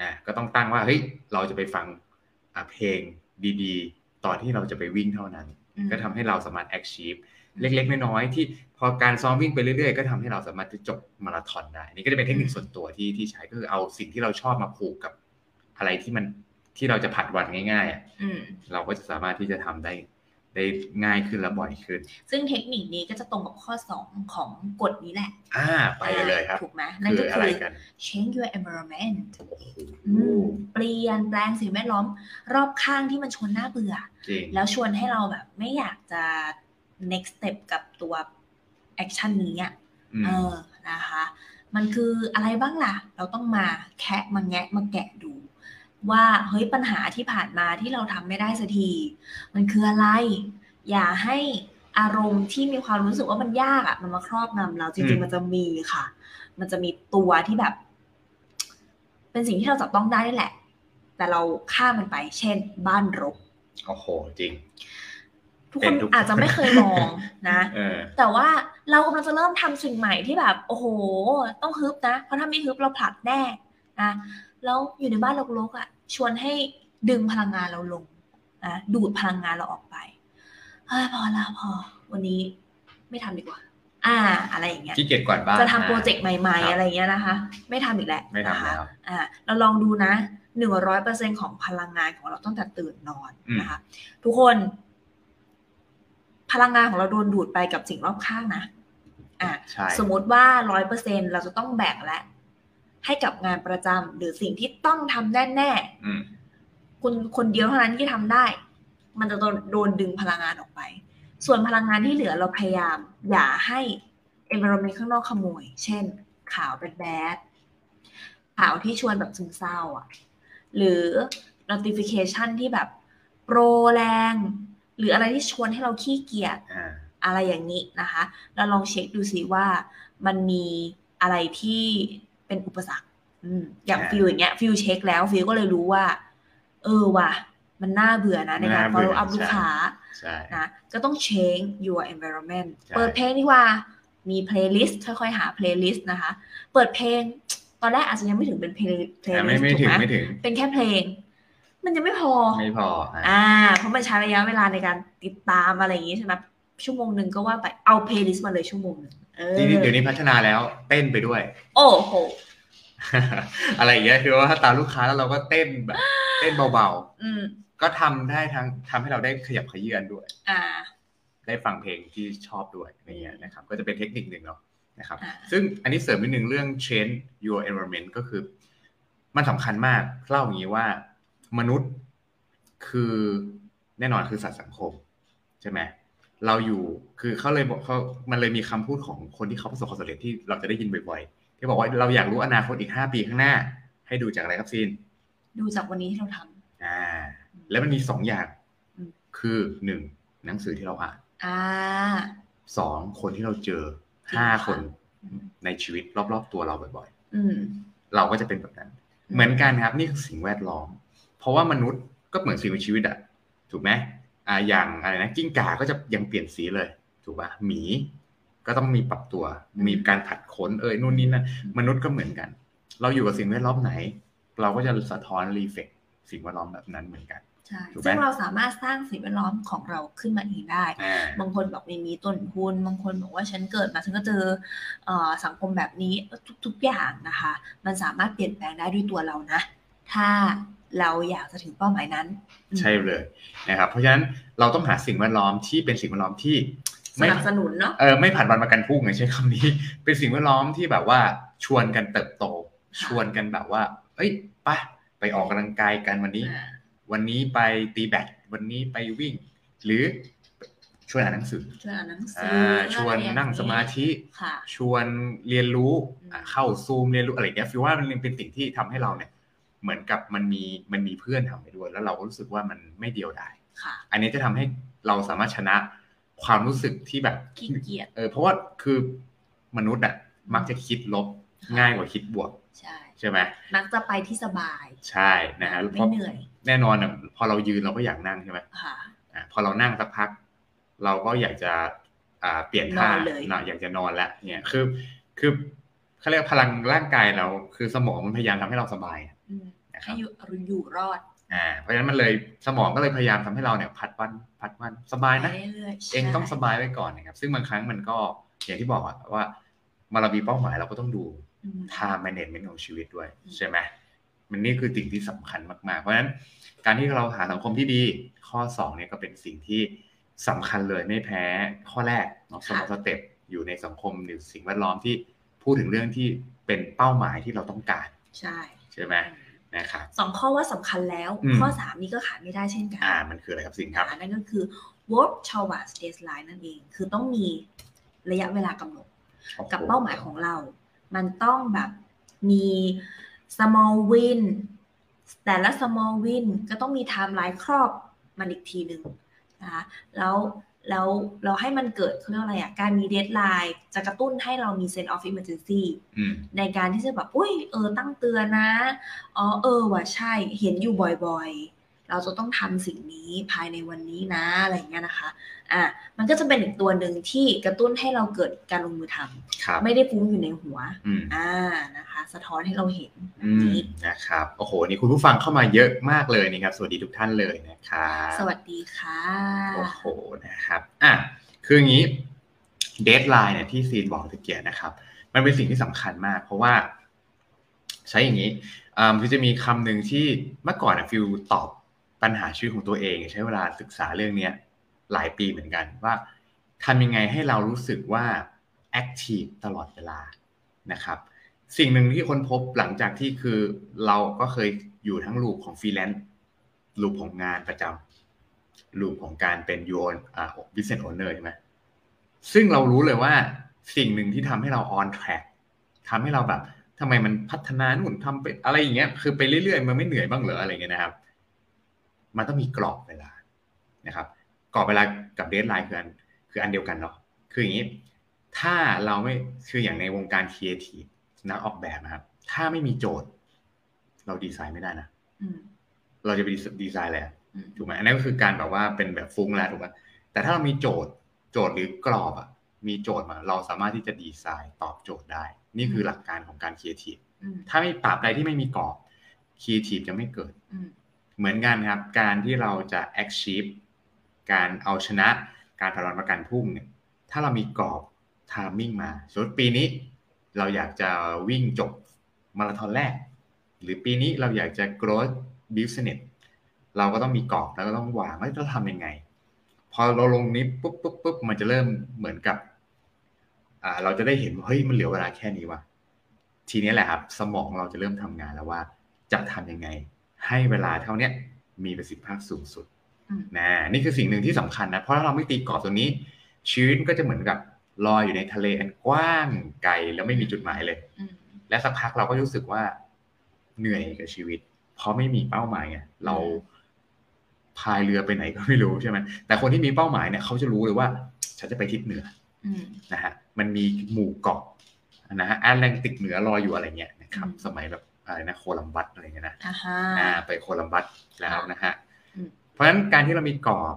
Speaker 1: อ่ะก็ต้องตั้งว่าเฮ้ยเราจะไปฟังอ่ะเพลงดีๆ ตอนที่เราจะไปวิ่งเท่านั้น
Speaker 2: อืม
Speaker 1: ก็ทำให้เราสามารถ achieve เล็กๆ น้อยๆที่พอการซ้อมวิ่งไปเรื่อยๆ ก็ทำให้เราสามารถจะจบมาราธอนได้ นี่ก็จะเป็นเทคนิคส่วนตัวที่ที่ใช้ก็คือเอาสิ่งที่เราชอบมาผูกกับอะไรที่มันที่เราจะผัดวันง่ายๆอ่ะ
Speaker 2: อืม
Speaker 1: เราก็จะสามารถที่จะทำได้ได้ง่ายขึ้นและบ่อยขึ้น
Speaker 2: ซึ่งเทคนิคนี้ก็จะตรงกับข้อ 2 ของกฎนี้แหละ
Speaker 1: อ่า ไปกันเลยครับ
Speaker 2: ถูกไหมนั่น
Speaker 1: คื
Speaker 2: ก็
Speaker 1: ออะ
Speaker 2: คื
Speaker 1: ไร
Speaker 2: อ
Speaker 1: กัน
Speaker 2: change your environment
Speaker 1: โอ้โห
Speaker 2: อืมเปลี่ยนแปลงสิ่งแวดล้อมรอบข้างที่มันชวนน่าเบื่อ
Speaker 1: จริง
Speaker 2: แล้วชวนให้เราแบบไม่อยากจะ next step กับตัว action นี้อ่ะ
Speaker 1: อืม
Speaker 2: เออนะคะ มันคืออะไรบ้างล่ะ เราต้องมาแคะมาแงะมาแกะดู ว่าเฮ้ยปัญหาที่ผ่านมาที่เราทำไม่ได้สักที มันคืออะไร อย่าให้อารมณ์ที่มีความรู้สึกว่ามันยากอะมันมาครอบงำเราจ
Speaker 1: อื
Speaker 2: ริง
Speaker 1: ม
Speaker 2: ๆมันจะมีค่ะ มันจะมีตัวที่แบบ เป็นสิ่งที่เราจับต้องได้นี่แหละ แต่เราข้ามมันไป เช่น บ้านรก
Speaker 1: โอ้โห จริง
Speaker 2: ทุกค
Speaker 1: เป็น นทุก
Speaker 2: อาจจะไม่เคยมองนะ
Speaker 1: เออ
Speaker 2: แต่ว่าเรากำลังจะเริ่มทำสิ่งใหม่ที่แบบโอ้โห ต้องฮึบนะ เพราะถ้าไม่ฮึบเราผลัดแน่นะแล้วอยู่ในบ้านรกๆอะ่ะ ชวนให้ดึงพลังงานเราลงนะดูดพลังงานเราออกไปเฮ้ยพอละพอ วันนี้ไม่ทำดีกว่า อ่า อะไรอย่างเงี้ย
Speaker 1: ขี้เกียจกวาดบ้าน
Speaker 2: จะทำโปรเจกต์ใหม่
Speaker 1: ค
Speaker 2: ๆ
Speaker 1: บ
Speaker 2: อะไรอย่างเงี้ยนะคะ ไม่ทำอีกแล้ว
Speaker 1: ไม่ทำแล้ว
Speaker 2: นะคะอ่าเราลองดูนะหนึ่งร้อยเปอร์เซ็นของพลังงานของเราตั้งแต่ตื่นนอน
Speaker 1: อืม
Speaker 2: นะคะ ทุกคน พลังงานของเราโดนดูดไปกับสิ่งรอบข้างนะ อ่า
Speaker 1: ใช่
Speaker 2: สมมติว่าร้อยเปอร์เซ็นเราจะต้องแบ่งและให้กับงานประจำหรือสิ่งที่ต้องทำแน่
Speaker 1: อืม
Speaker 2: ๆคุณคนเดียวเท่านั้นที่ทำได้ มันจะโดนโดนดึงพลังงานออกไป ส่วนพลังงานที่เหลือเราพยายาม อย่าให้ environment ข้างนอกขโมย เช่น ข่าวแบดๆข่าวที่ชวนแบบซึมเศร้าอ่ะ หรือ notification ที่แบบโปรแรง หรืออะไรที่ชวนให้เราขี้เกียจ
Speaker 1: อ่า
Speaker 2: อะไรอย่างนี้นะคะ เราลองเช็คดูซิว่ามันมีอะไรที่เป็นอุปสรรคอืมอย่าง
Speaker 1: อ่า
Speaker 2: ฟิวอย่างเงี้ยฟิวเช็คแล้วฟิวก็เลยรู้ว่า เออว่ะ มันน่าเบื่อนะในการ
Speaker 1: น่าเบื่อ
Speaker 2: follow up ลูกค้า
Speaker 1: ใช่
Speaker 2: นะก็ต้อง change your environment
Speaker 1: ใช่
Speaker 2: เปิดเพลงดีกว่ามี playlist ค่อยๆ หา playlist นะคะ เปิดเพลง ตอนแรกอาจจะยังไม่ถึงเป็น play-
Speaker 1: แต่
Speaker 2: playlist
Speaker 1: ไม่ไม่
Speaker 2: ถู
Speaker 1: ถึ
Speaker 2: ก
Speaker 1: ง
Speaker 2: ไหม
Speaker 1: ไม่ถึง
Speaker 2: เป็นแค่เพลง มันยังไม่พอ
Speaker 1: ไม่พออ่ะ
Speaker 2: อ่าเพราะมันใช้ระยะเวลาในการติดตามอะไรอย่างงี้ใช่ไหมชั่วโมงหนึ่งก็ว่าไปเอาเพลย์ลิสต์มาเลยชั่วโมงหนึ่งเออ
Speaker 1: ทีนี้เดี๋ยวนี้พัฒนาแล้วเต้นไปด้วย
Speaker 2: โอ้โห
Speaker 1: อะไรอย่างเงี้ยคือว่าถ้าตามลูกค้าแล้วเราก็เต้นแบบ เต้นเบา
Speaker 2: อืม
Speaker 1: ๆ ก็ทำได้ทั้งทำให้เราได้ขยับขยื่นด้วย
Speaker 2: อ่า
Speaker 1: ได้ฟังเพลงที่ชอบด้วยอะไรเงี้ยนะครับ ก็จะเป็นเทคนิคหนึ่งเนาะนะครับ
Speaker 2: อ่า
Speaker 1: ซึ่งอันนี้เสริมนิดนึงเรื่อง change your environment ก็คือ มันสำคัญมากเล่าอย่างนี้ว่ามนุษย์คือแน่นอนคือสัตว์สังคม ใช่ไหมเราอยู่คือเขาเลยบอกเขามันเลยมีคำพูดของคนที่เขาประสบความสำเร็จที่เราจะได้ยินบ่อยๆ ที่บอกว่าเราอยากรู้อนาคตอีก 5 ปีข้างหน้า ให้ดูจากอะไรครับซีน
Speaker 2: ดูจากวันนี้ที่เราท
Speaker 1: อ่า แล้วมันมีสองอย่าง
Speaker 2: อืม
Speaker 1: คือหนึ่งหนังสือที่เราอ่าน
Speaker 2: ำอ่า
Speaker 1: สองคนที่เราเจอ
Speaker 2: จริง
Speaker 1: ห้า
Speaker 2: ค่ะ
Speaker 1: คน
Speaker 2: อืม
Speaker 1: ในชีวิตรอบๆตัวเราบ่อย
Speaker 2: อืม
Speaker 1: ๆ เราก็จะเป็นแบบนั้น เหมือนกันครับนี่คือสิ่งแวดล้อม เพราะว่ามนุษย์ก็เหมือนสิ่งมีชีวิตอะถูกไหมอ่าอย่างอะไรนะกิ้งก่าก็จะยังเปลี่ยนสีเลย ถูกป่ะหมีก็ต้องมีปรับตัว
Speaker 2: อืม
Speaker 1: มีการผัดขนเอ่ยนู่นนี่นั่นมนุษย์ก็เหมือนกัน เราอยู่กับสิ่งแวดล้อมไหน เราก็จะสะท้อนรีเฟกสิ่งแวดล้อมแบบนั้นเหมือนกัน
Speaker 2: ใช่
Speaker 1: ถูกไหม
Speaker 2: ซึ่งเราสามารถสร้างสิ่งแวดล้อมของเราขึ้นมาเองได้
Speaker 1: อ่า
Speaker 2: บางคนบอกไม่มีต้นทุนบางคนบอกว่าฉันเกิดมาฉันก็เจอเอ่อสังคมแบบนี้ทุกทุกอย่างนะคะ มันสามารถเปลี่ยนแปลงได้ด้วยตัวเรานะ ถ้าเราอยากจะถึงเป้าหมายนั้นอืม
Speaker 1: ใช่เลยนะครับ เพราะฉะนั้นเราต้องหาสิ่งแวดล้อมที่เป็นสิ่งแวดล้อมที่
Speaker 2: ส
Speaker 1: ไม่
Speaker 2: นับสนุนเนาะ
Speaker 1: เออไม่ผ่านวันประกันพรุ่งไงใช้คำนี้ เป็นสิ่งแวดล้อมที่แบบว่าชวนกันเติบโต ชวนกันแบบว่า เอ้ยไปะไปออกกำลังกายกันวันนี้
Speaker 2: อ่า
Speaker 1: วันนี้ไปตีแบดวันนี้ไปวิ่ง หรือชวนอ่านหนังสือ
Speaker 2: ชวนอ่านหนังสื
Speaker 1: อ่าชวนนั่งสมาธิ
Speaker 2: ค่ะ
Speaker 1: ชวนเรียนรู้
Speaker 2: อืม
Speaker 1: อ่ะเข้าซูมเรียนรู้อะไรอย่างเงี้ยฟิลว่ามันเป็นสิ่งที่ทำให้เราเนี่ย เหมือนกับมันมีมันมีเพื่อนทำไปด้วย แล้วเราก็รู้สึกว่ามันไม่เดียวดาย
Speaker 2: ค่ะ
Speaker 1: อันนี้จะทำให้เราสามารถชนะความรู้สึกที่แบบ
Speaker 2: ขี้เกียจ
Speaker 1: เออเพราะว่าคือมนุษย์อ่ะมักจะคิดลบ
Speaker 2: ค่ะ
Speaker 1: ง่ายกว่าคิดบวก
Speaker 2: ใช่
Speaker 1: ใช่ไหม
Speaker 2: มักจะไปที่สบาย
Speaker 1: ใช่นะฮะ
Speaker 2: ไม่เหนื่อย
Speaker 1: แน่นอนอ่ะพอเรายืนเราก็อยากนั่งใช่ไหม
Speaker 2: ค่ะ
Speaker 1: อ่ะพอเรานั่งสักพัก เราก็อยากจะอ่าเปลี่ยนท่าน
Speaker 2: อนเลย
Speaker 1: นะอยากจะนอนแล้วเนี่ยคือคือเขาเรียกว่าพลังร่างกายเราคือสมองมันพยายามทำให้เราสบายอะ
Speaker 2: อืม
Speaker 1: นะครับ
Speaker 2: ให้อยู่อยู่รอด
Speaker 1: อ่าเพราะฉะนั้นมันเลยสมองก็เลยพยายามทำให้เราเนี่ยพัดวันพัดวันสบาย
Speaker 2: ไป
Speaker 1: นะ
Speaker 2: เรื่อยๆใช่
Speaker 1: เองต้องสบายไว้ก่อนนะครับ ซึ่งบางครั้งมันก็อย่างที่บอกอะว่ามาเรามีเป้าหมายเราก็ต้องดู
Speaker 2: อืม
Speaker 1: time management ของชีวิตด้วย
Speaker 2: อืม
Speaker 1: ใช่ไหมมันนี่คือสิ่งที่สำคัญมากๆ เพราะฉะนั้นการที่เราหาสังคมที่ดีข้อ2เนี่ยก็เป็นสิ่งที่สำคัญเลยไม่แพ้ข้อแรกเนาะสำหรับสเต็ปอยู่ในสังคมหรือสิ่งแวดล้อมที่พูดถึงเรื่องที่เป็นเป้าหมายที่เราต้องการ
Speaker 2: ใช่
Speaker 1: ใช่ไหมนะครับ
Speaker 2: สองข้อว่าสำคัญแล้ว
Speaker 1: อืม
Speaker 2: ข้อสามนี่ก็ขาดไม่ได้เช่นกัน
Speaker 1: อ่ามันคืออะไรครับสิงครับ
Speaker 2: อ่านั่นก็คือ work towards deadline นั่นเอง คือต้องมีระยะเวลากำหนด กับเป้าหมายของเรา มันต้องแบบมี small win แต่ละ small win ก็ต้องมี timeline ครอบมันอีกทีหนึ่งนะคะ แล้ว แล้ว เราให้มันเกิดเขาเรียกว่าอะไรอะการมี deadline จะกระตุ้นให้เรามี sense of emergency
Speaker 1: อืม
Speaker 2: ในการที่จะแบบ อุ้ย เออ ตั้งเตือนนะ อ๋อ เออว่ะใช่ เห็นอยู่บ่อย เราจะต้องทำสิ่งนี้ภายในวันนี้นะอะไรอย่างเงี้ยนะคะอ่ะมันก็จะเป็นอีกตัวหนึ่งที่กระตุ้นให้เราเกิดการลงมือทำ
Speaker 1: ครับ
Speaker 2: ไม่ได้ฟุ้งอยู่ในหัว
Speaker 1: อืม
Speaker 2: อ่านะคะ สะท้อนให้เราเห็นแบ
Speaker 1: อื
Speaker 2: บ
Speaker 1: ม
Speaker 2: นี้
Speaker 1: นะครับโอ้โหนี่คุณผู้ฟังเข้ามาเยอะมากเลยนะครับ สวัสดีทุกท่านเลยนะครับ
Speaker 2: สวัสดีค่ะ
Speaker 1: โอ้โหนะครับอ่ะคืออย่างนี้เดทไลน์เนี่ยที่ซีนบอกตะเกียนะครับ มันเป็นสิ่งที่สำคัญมาก เพราะว่า ใช้อย่างนี้อ่ามันจะมีคำหนึ่งที่เมื่อก่อนอะฟิลตอบปัญหาชีวิตของตัวเอง ใช้เวลาศึกษาเรื่องเนี้ยหลายปีเหมือนกันว่าทำยังไงให้เรารู้สึกว่าแอคทีฟตลอดเวลานะครับ สิ่งหนึ่งที่ค้นพบหลังจากที่คือเราก็เคยอยู่ทั้งลูปของฟรีแลนซ์ลูปของงานประจำลูปของการเป็นยูนอ่าบิสเนสโอเนอร์ใช่ไหมซึ่งเรารู้เลยว่าสิ่งหนึ่งที่ทำให้เราออนแทร็กทำให้เราแบบทำไมมันพัฒนานู่นทำไปอะไรอย่างเงี้ย คือไปเรื่อยๆ มันไม่เหนื่อยบ้างเหรออะไรเงี้ยนะครับ มันต้องมีกรอบเวลานะครับ กรอบเวลากับเดทไลน์คืออันคืออันเดียวกันเนาะ คืออย่างนี้ ถ้าเราไม่คืออย่างในวงการครีเอทีฟนักออกแบบนะครับ ถ้าไม่มีโจทย์ เราดีไซน์ไม่ได้นะ
Speaker 2: อืม
Speaker 1: เราจะไปดีไซน์อะไรอะ
Speaker 2: อืม
Speaker 1: ถูกไหมอันนั้นก็คือการแบบว่าเป็นแบบฟุ้งแล้วถูกไหมแต่ถ้าเรามีโจทย์โจทย์หรือกรอบอะมีโจทย์มา เราสามารถที่จะดีไซน์ตอบโจทย์ได้ นี่คือหลักการของการครีเอทีฟ
Speaker 2: อืม
Speaker 1: ถ้าไม่ปราบใดที่ไม่มีกรอบครีเอทีฟจะไม่เกิด
Speaker 2: อืม
Speaker 1: เหมือนกันครับ การที่เราจะ achieve การเอาชนะ การถลอนประกันพรุ่งเนี่ย ถ้าเรามีกรอบทามมิ่งมาสมมติปีนี้เราอยากจะวิ่งจบมาราธอนแรก หรือปีนี้เราอยากจะ growth business เราก็ต้องมีกรอบแล้วก็ต้องวางว่าจะทำยังไง พอเราลงนี้ปุ๊บปุ๊บปุ๊บมันจะเริ่มเหมือนกับอ่าเราจะได้เห็นว่าเฮ้ยมันเหลือเวลาแค่นี้ว่ะทีนี้แหละครับ สมองเราจะเริ่มทำงานแล้วว่า จะทำยังไง ให้เวลาเท่าเนี้ยมีประสิทธิภาพสูงสุด
Speaker 2: อืม
Speaker 1: นะนี่คือสิ่งหนึ่งที่สำคัญนะ เพราะถ้าเราไม่ตีกรอบตรงนี้ ชีวิตก็จะเหมือนกับลอยอยู่ในทะเลอันกว้างไกลแล้วไม่มีจุดหมายเลย
Speaker 2: อืม
Speaker 1: และสักพักเราก็รู้สึกว่าเหนื่อยกับชีวิต เพราะไม่มีเป้าหมายไงเราพายเรือไปไหนก็ไม่รู้ใช่ไหมแต่คนที่มีเป้าหมายเนี่ยเขาจะรู้เลยว่า ฉันจะไปทิศเหนือ
Speaker 2: อืม
Speaker 1: นะฮะมันมีหมู่เกาะนะฮะแอตแลนติกเหนือลอยอยู่อะไรเงี้ยนะครับ
Speaker 2: อืม
Speaker 1: สมัยแบบอะไรนะโคลัมบัสอะไรเงี้ยนะ
Speaker 2: อ่าฮะ
Speaker 1: อ่าไปโคลัมบัสแล้วนะฮะ
Speaker 2: อืม
Speaker 1: เพราะฉะนั้นการที่เรามีกรอบ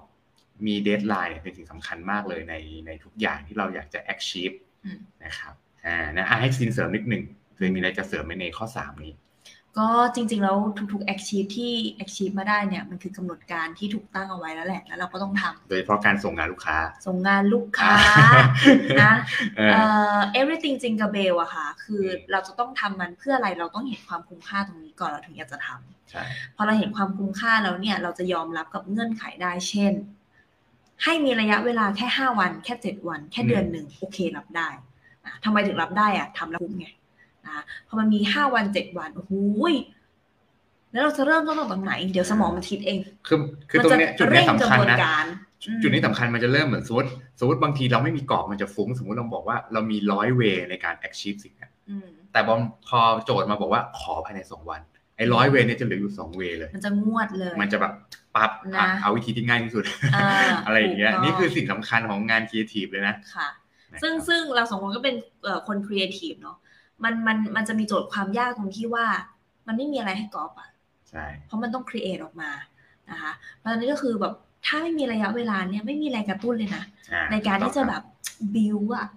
Speaker 1: มีเดทไลน์เนี่ยเป็นสิ่งสำคัญมากเลยในในทุกอย่างที่เราอยากจะ achieve
Speaker 2: อืม
Speaker 1: นะครับอ่านะอ่ะให้ซินเสริมนิดนึงคือมีอะไรจะเสริมไหมในข้อ 3 นี้
Speaker 2: ก็จริงๆ แล้วทุกๆ achieve ที่ achieve มาได้เนี่ยมันคือกำหนดการที่ถูกตั้งเอาไว้แล้วแหละ แล้วเราก็ต้องทำ
Speaker 1: โดยเฉพาะการส่งงานลูกค้า
Speaker 2: ส่งงานลูกค้านะ
Speaker 1: เอ
Speaker 2: เอ่
Speaker 1: อ
Speaker 2: อ everything จริงกับเบลอะค่ะ คือ
Speaker 1: ม
Speaker 2: เราจะต้องทำมันเพื่ออะไรเราต้องเห็นความคุ้มค่าตรงนี้ก่อนเราถึงอยากจะทำ
Speaker 1: ใช่
Speaker 2: พอเราเห็นความคุ้มค่าแล้วเนี่ย เราจะยอมรับกับเงื่อนไขได้เช่น ให้มีระยะเวลาแค่ 5 วัน แค่ 7 วัน แค่เดือนหนึ่งโอเครับได้นะทำไมถึงรับได้อะทำแล้วคุ้มไงนะพอมันมี 5 วัน 7 วันโอ้โหยแล้วเราจะเริ่มต้นตรงไหน เดี๋ยวสมองมันคิดเอง
Speaker 1: คือคือตรงเนี้ยจุดเนี้ย
Speaker 2: มัจะ
Speaker 1: สำคัญ
Speaker 2: เร่งกระบวน
Speaker 1: นะ
Speaker 2: การอืม
Speaker 1: จุดนี้สำคัญมันจะเริ่มเหมือนสมมติสมมติบางทีเราไม่มีกรอบมันจะฟุ้งสมมติเราบอกว่าเรามีร้อยเวในการ achieve สิ่งนั้น
Speaker 2: อืม
Speaker 1: แต่บอมพอโจทย์มาบอกว่าขอภายในสองวันไอ้ร้อยเวเนี่ยจะเหลืออยู่สองเวเลย
Speaker 2: มันจะงวดเลย
Speaker 1: มันจะแบบปับอ่ะ
Speaker 2: นะ
Speaker 1: เอาวิธีที่ง่ายที่สุด
Speaker 2: อ่า
Speaker 1: อะไรอย่างเงี้ย
Speaker 2: ถูกต้
Speaker 1: นี่คือสิ่งสำคัญของงานครีเอทีฟเลยนะ
Speaker 2: ค่ะ
Speaker 1: นะครับ
Speaker 2: ซึ่งซึ่งเราสองคนก็เป็นเอ่อคนครีเอทีฟเนาะมันมันมันจะมีโจทย์ความยากตรงที่ว่า มันไม่มีอะไรให้กอบอะ
Speaker 1: ใช่
Speaker 2: เพราะมันต้องครีเอทออกมานะคะเพราะฉะนั้นก็คือแบบถ้าไม่มีระยะเวลาเนี่ยไม่มีแรงกระตุ้นเลยนะ
Speaker 1: อ่
Speaker 2: ในการที่จะแบบ บิวอะ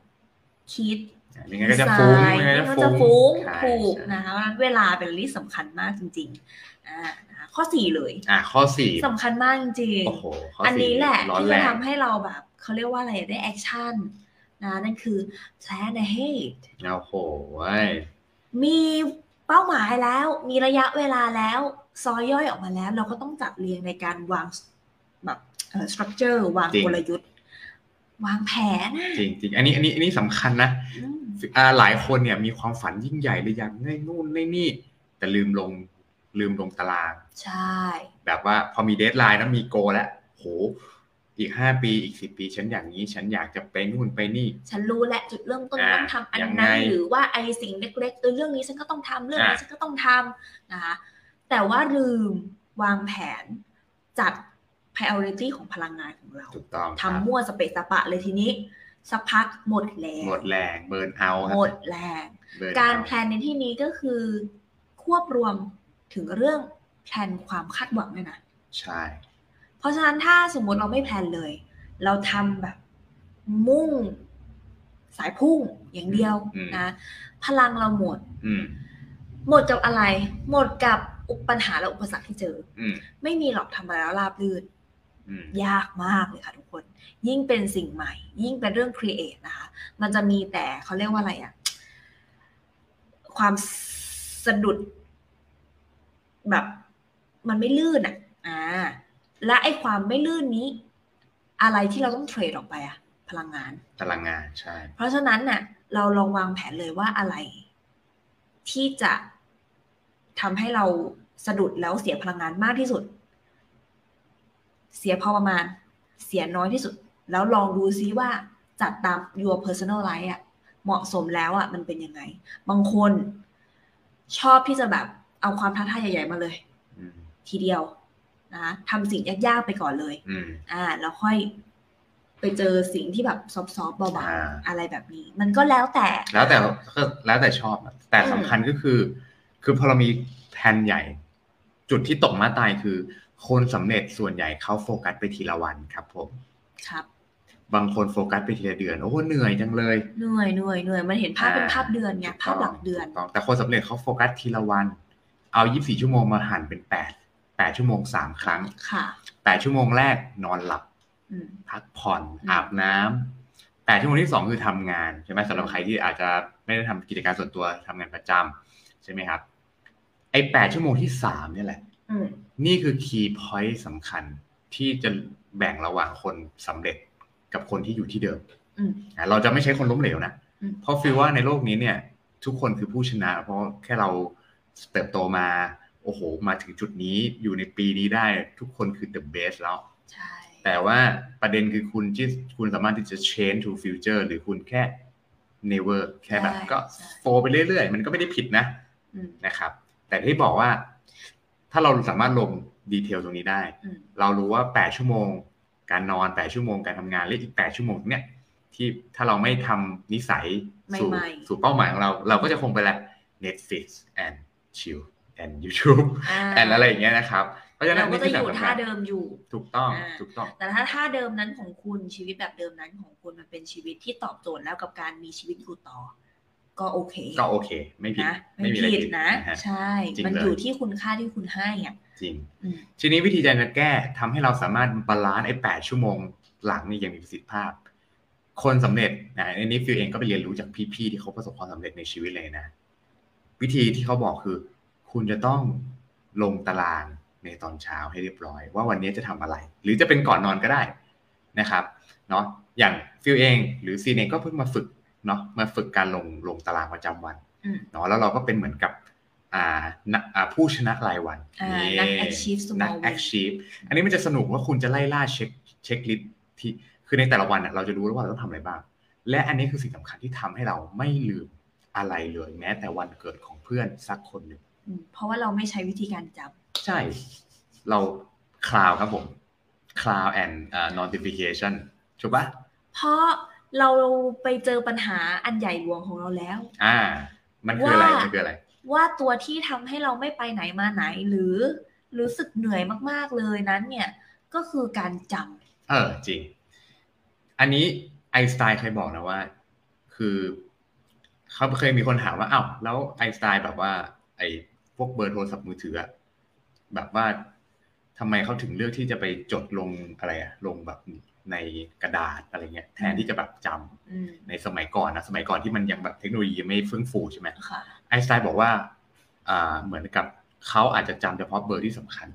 Speaker 2: คิด
Speaker 1: อ่ะไม่งั้นก็จะฟุ้ง
Speaker 2: ดีไซน์
Speaker 1: ไม่งั้นก็
Speaker 2: มัน
Speaker 1: จะ
Speaker 2: จะ
Speaker 1: ฟุ้
Speaker 2: ฟุ้
Speaker 1: ง
Speaker 2: ง
Speaker 1: ใช่
Speaker 2: ถูก
Speaker 1: ใช่
Speaker 2: นะคะเพราะฉะนั้นเวลาเป็นเรื่องที่สำคัญมากจริงๆอ่านะคะข้อสี่เลย
Speaker 1: อ่ะข้อสี่
Speaker 2: สำคัญมากจริง
Speaker 1: โอ้โหข้
Speaker 2: ๆ อันนี้
Speaker 1: สี่
Speaker 2: แหละ
Speaker 1: ร้อน
Speaker 2: ที่
Speaker 1: แร
Speaker 2: จะ
Speaker 1: ง
Speaker 2: ทำให้เราแบบเขาเรียกว่าอะไรได้แอคชั่นนะนั่นคือ plan ahead
Speaker 1: โอ้โหเว้ย
Speaker 2: มีเป้าหมายแล้วมีระยะเวลาแล้วซอยย่อยออกมาแล้ว เราก็ต้องจัดเรียงในการวางแบบสตรัคเจอร์วางกลยุทธ์ วางแผนนะ
Speaker 1: จริงจริงอันนี้อันนี้อันนี้สำคัญนะ
Speaker 2: อืม
Speaker 1: อ่าหลายคนเนี่ยมีความฝันยิ่งใหญ่เลยอยากได้นู่นได้นี่ แต่ลืมลงลืมลงตาราง
Speaker 2: ใช่
Speaker 1: แบบว่าพอมีเดทไลน์แล้วมีโกแล้วโหอีกห้าปีอีกสิบปี ฉันอย่างนี้ ฉันอยากจะไปนู่นไปนี่
Speaker 2: ฉันรู้และจุดเริ่มต้น
Speaker 1: อ่า
Speaker 2: ต้องทำอัน
Speaker 1: ยังไง
Speaker 2: นั้นหรือว่าไอสิ่งเล็กๆเออเรื่องนี้ฉันก็ต้องทำเรื่องนี้
Speaker 1: อ่า
Speaker 2: ฉันก็ต้องทำนะคะแต่ว่าลืมวางแผนจัด priority ของพลังงานของเรา
Speaker 1: ถูกต้องค
Speaker 2: ทำ
Speaker 1: รับ
Speaker 2: มั่วสเปะสปะเลยทีนี้ สักพักหมดแรง
Speaker 1: หมดแรงเบิร์นเอา
Speaker 2: หมดแรง การแพลนในที่นี้ก็คือ ควบรวมถึงเรื่องแพลนความคาดหวังด้วยนะ
Speaker 1: ใช่
Speaker 2: เพราะฉะนั้นถ้าสมมติเราไม่แพลนเลย เราทำแบบมุ่งสายพุ่งอย่างเดียว
Speaker 1: อืม
Speaker 2: นะ พลังเราหมด
Speaker 1: อืม
Speaker 2: หมดกับอะไร หมดกับอุปปัญหาและอุปสรรคที่เจอ
Speaker 1: อืม
Speaker 2: ไม่มีหรอกทำมาแล้วราบรื่น
Speaker 1: อืม
Speaker 2: ยากมากเลยค่ะทุกคน ยิ่งเป็นสิ่งใหม่ ยิ่งเป็นเรื่องครีเอทนะคะ มันจะมีแต่เขาเรียกว่าอะไรอะความสะดุด แบบ มันไม่ลื่นอะอ่า และไอ้ความไม่ลื่นนี้ อะไรที่เราต้องเทรดออกไปอะพลังงาน
Speaker 1: พลังงานใช่
Speaker 2: เพราะฉะนั้นน่ะ เราลองวางแผนเลยว่าอะไร ที่จะทำให้เราสะดุดแล้วเสียพลังงานมากที่สุด เสียพอประมาณ เสียน้อยที่สุด แล้วลองดูซิว่าจัดตาม your personal life อะเหมาะสมแล้วอะมันเป็นยังไง บางคนชอบที่จะแบบเอาความท้าทายใหญ่ๆมาเลย
Speaker 1: อืม
Speaker 2: ทีเดียวนะคะทำสิ่งยากๆไปก่อนเลย
Speaker 1: อืม
Speaker 2: อ่าแล้วค่อยไปเจอสิ่งที่แบบซอฟต์ๆเบา
Speaker 1: อ่า
Speaker 2: ๆอะไรแบบนี้ มันก็แล้วแต่
Speaker 1: แล้วแต่ก็แล้วแต่ชอบอะแต่สำคัญก็คือ คือพอเรามีแผนใหญ่ จุดที่ตกมาตายคือ คนสำเร็จส่วนใหญ่เขาโฟกัสไปทีละวันครับผม
Speaker 2: ครับ
Speaker 1: บางคนโฟกัสไปทีละเดือน โอ้โหเหนื่อยจังเลย
Speaker 2: เหนื่อยเหนื่อยเหนื่อยมันเห็นภาพ
Speaker 1: อ่า
Speaker 2: เป็นภาพเดือนไง
Speaker 1: ถูก
Speaker 2: ภาพหลัก
Speaker 1: ต้อง
Speaker 2: เดือน
Speaker 1: ถูกต้องแต่คนสำเร็จเขาโฟกัสทีละวัน เอา 24 ชั่วโมงมาหั่นเป็น 8 8 ชั่วโมง 3 ครั้ง
Speaker 2: ค่ะ
Speaker 1: 8 ชั่วโมงแรกนอนหลับ
Speaker 2: อืม
Speaker 1: พักผ่อน
Speaker 2: อืม
Speaker 1: อาบน้ำแต่ชั่วโมงที่สองคือทำงานใช่ไหมสำหรับใครที่อาจจะไม่ได้ทำกิจการส่วนตัวทำงานประจำใช่ไหมครับ ไอ้แปดชั่วโมงที่สามเนี่ยแหละ
Speaker 2: อืม
Speaker 1: นี่คือคีย์พอยต์สำคัญที่จะแบ่งระหว่างคนสำเร็จกับคนที่อยู่ที่เดิม
Speaker 2: อืม
Speaker 1: อ่ะเราจะไม่ใช้คนล้มเหลวนะ
Speaker 2: อืม
Speaker 1: เพราะฟีลว่าในโลกนี้เนี่ย ทุกคนคือผู้ชนะ เพราะแค่เราเติบโตมา โอ้โห มาถึงจุดนี้อยู่ในปีนี้ได้ ทุกคนคือ the best แล้ว
Speaker 2: ใช่
Speaker 1: แต่ว่าประเด็นคือคุณที่คุณสามารถที่จะ change to future หรือคุณแค่ never แค่แบบก็โฟไปเรื่อยๆ มันก็ไม่ได้ผิดนะ
Speaker 2: อืม
Speaker 1: นะครับ แต่ที่บอกว่า ถ้าเราสามารถลงดีเทลตรงนี้ได้
Speaker 2: อืม
Speaker 1: เรารู้ว่า 8 ชั่วโมง การนอน 8 ชั่วโมงการทำงานและอีก 8 ชั่วโมงเนี่ย ที่ถ้าเราไม่ทำนิสัยสู่สู่เป้าหมายของเรา เราก็จะคงไปแหละ Netflix and chill and YouTube
Speaker 2: อ่า
Speaker 1: and อะไรอย่างเงี้ยนะครับ เพราะฉะนั้น
Speaker 2: เราก็
Speaker 1: นี่
Speaker 2: จะ
Speaker 1: คือ
Speaker 2: อ
Speaker 1: สิ่งสำ
Speaker 2: ยู่
Speaker 1: คั
Speaker 2: ท่า
Speaker 1: ญ
Speaker 2: เดิมอยู่
Speaker 1: ถูกต้อง
Speaker 2: อ่า
Speaker 1: ถูกต้อง
Speaker 2: แต่ถ้าท่าเดิมนั้นของคุณชีวิตแบบเดิมนั้นของคุณมันเป็นชีวิตที่ตอบโจทย์แล้วกับการมีชีวิตอยู่ต่อ ก็โอเค
Speaker 1: ก็โอเค ไม่ผิด
Speaker 2: นะไม่ผิดนะ
Speaker 1: ฮ
Speaker 2: ใช่
Speaker 1: จริง
Speaker 2: มัน
Speaker 1: เลย
Speaker 2: อยู่ที่คุณค่าที่คุณให้อ่ะ
Speaker 1: จริง
Speaker 2: อืม
Speaker 1: ทีนี้วิธีการจะแก้ทำให้เราสามารถบาลานซ์ไอ้แปดชั่วโมงหลังนี่อยังมีประสิทธิภาพ คนสำเร็จนะในนี้ฟิวเองก็ไปเรียนรู้จากพี่ๆที่เขาประสบความสำเร็จในชีวิตเลยนะ วิธีที่เขาบอกคือ คุณจะต้องลงตารางในตอนเช้าให้เรียบร้อย ว่าวันนี้จะทำอะไร หรือจะเป็นก่อนนอนก็ได้นะครับเนาะอย่างฟิวเอง หรือซีนเองก็เพิ่งมาฝึกเนาะมาฝึกการลงลงตารางประจำวัน
Speaker 2: อืม
Speaker 1: เนาะแล้วเราก็เป็นเหมือนกับอ่านักอ่าผู้ชนะรายวัน
Speaker 2: อ่านัก achieve small
Speaker 1: นัก
Speaker 2: win
Speaker 1: แอคชีฟอันนี้มันจะสนุกว่าคุณจะไล่ล่าเช็คเช็คลิสต์ที่คือในแต่ละวันน่ะเราจะรู้แล้วว่าเราต้องทำอะไรบ้าง และอันนี้คือสิ่งสำคัญที่ทำให้เราไม่ลืมอะไรเลยแม้แต่วันเกิดของเพื่อนสักคนหนึ่ง
Speaker 2: อืมเพราะว่าเราไม่ใช้วิธีการจำ
Speaker 1: ใช่ เราคลาวครับผมคลาวแอนด์นอติฟิเคชันถูกปะ
Speaker 2: เพราะเราไปเจอปัญหาอันใหญ่หลวงของเราแล้ว
Speaker 1: อ่า มันคืออะไร
Speaker 2: ว่ามั
Speaker 1: มันคืออะไร
Speaker 2: ว่าตัวที่ทำให้เราไม่ไปไหนมาไหนหรือรู้สึกเหนื่อยมากๆเลยนั้นเนี่ย ก็คือการจำ
Speaker 1: เออจริง อันนี้ไอน์สไตน์เคยบอกนะว่า คือเขาเคยมีคนถามว่าอ้าวแล้วไอน์สไตน์แบบว่า ไอพวกเบอร์โทรศัพท์มือถืออะแบบว่าทำไมเขาถึงเลือกที่จะไปจดลงอะไรอะลงแบบในกระดาษอะไรเงี้ยแทนที่จะแบบจำ
Speaker 2: อืม
Speaker 1: ในสมัยก่อนนะสมัยก่อนที่มันยังแบบเทคโนโลยียังไม่เฟื่องฟูใช่ไหม
Speaker 2: ค่ะ
Speaker 1: ไอน์สไตน์บอกว่าอ่าเหมือนกับเขาอาจจะจำเฉพาะเบอร์ที่สำคัญ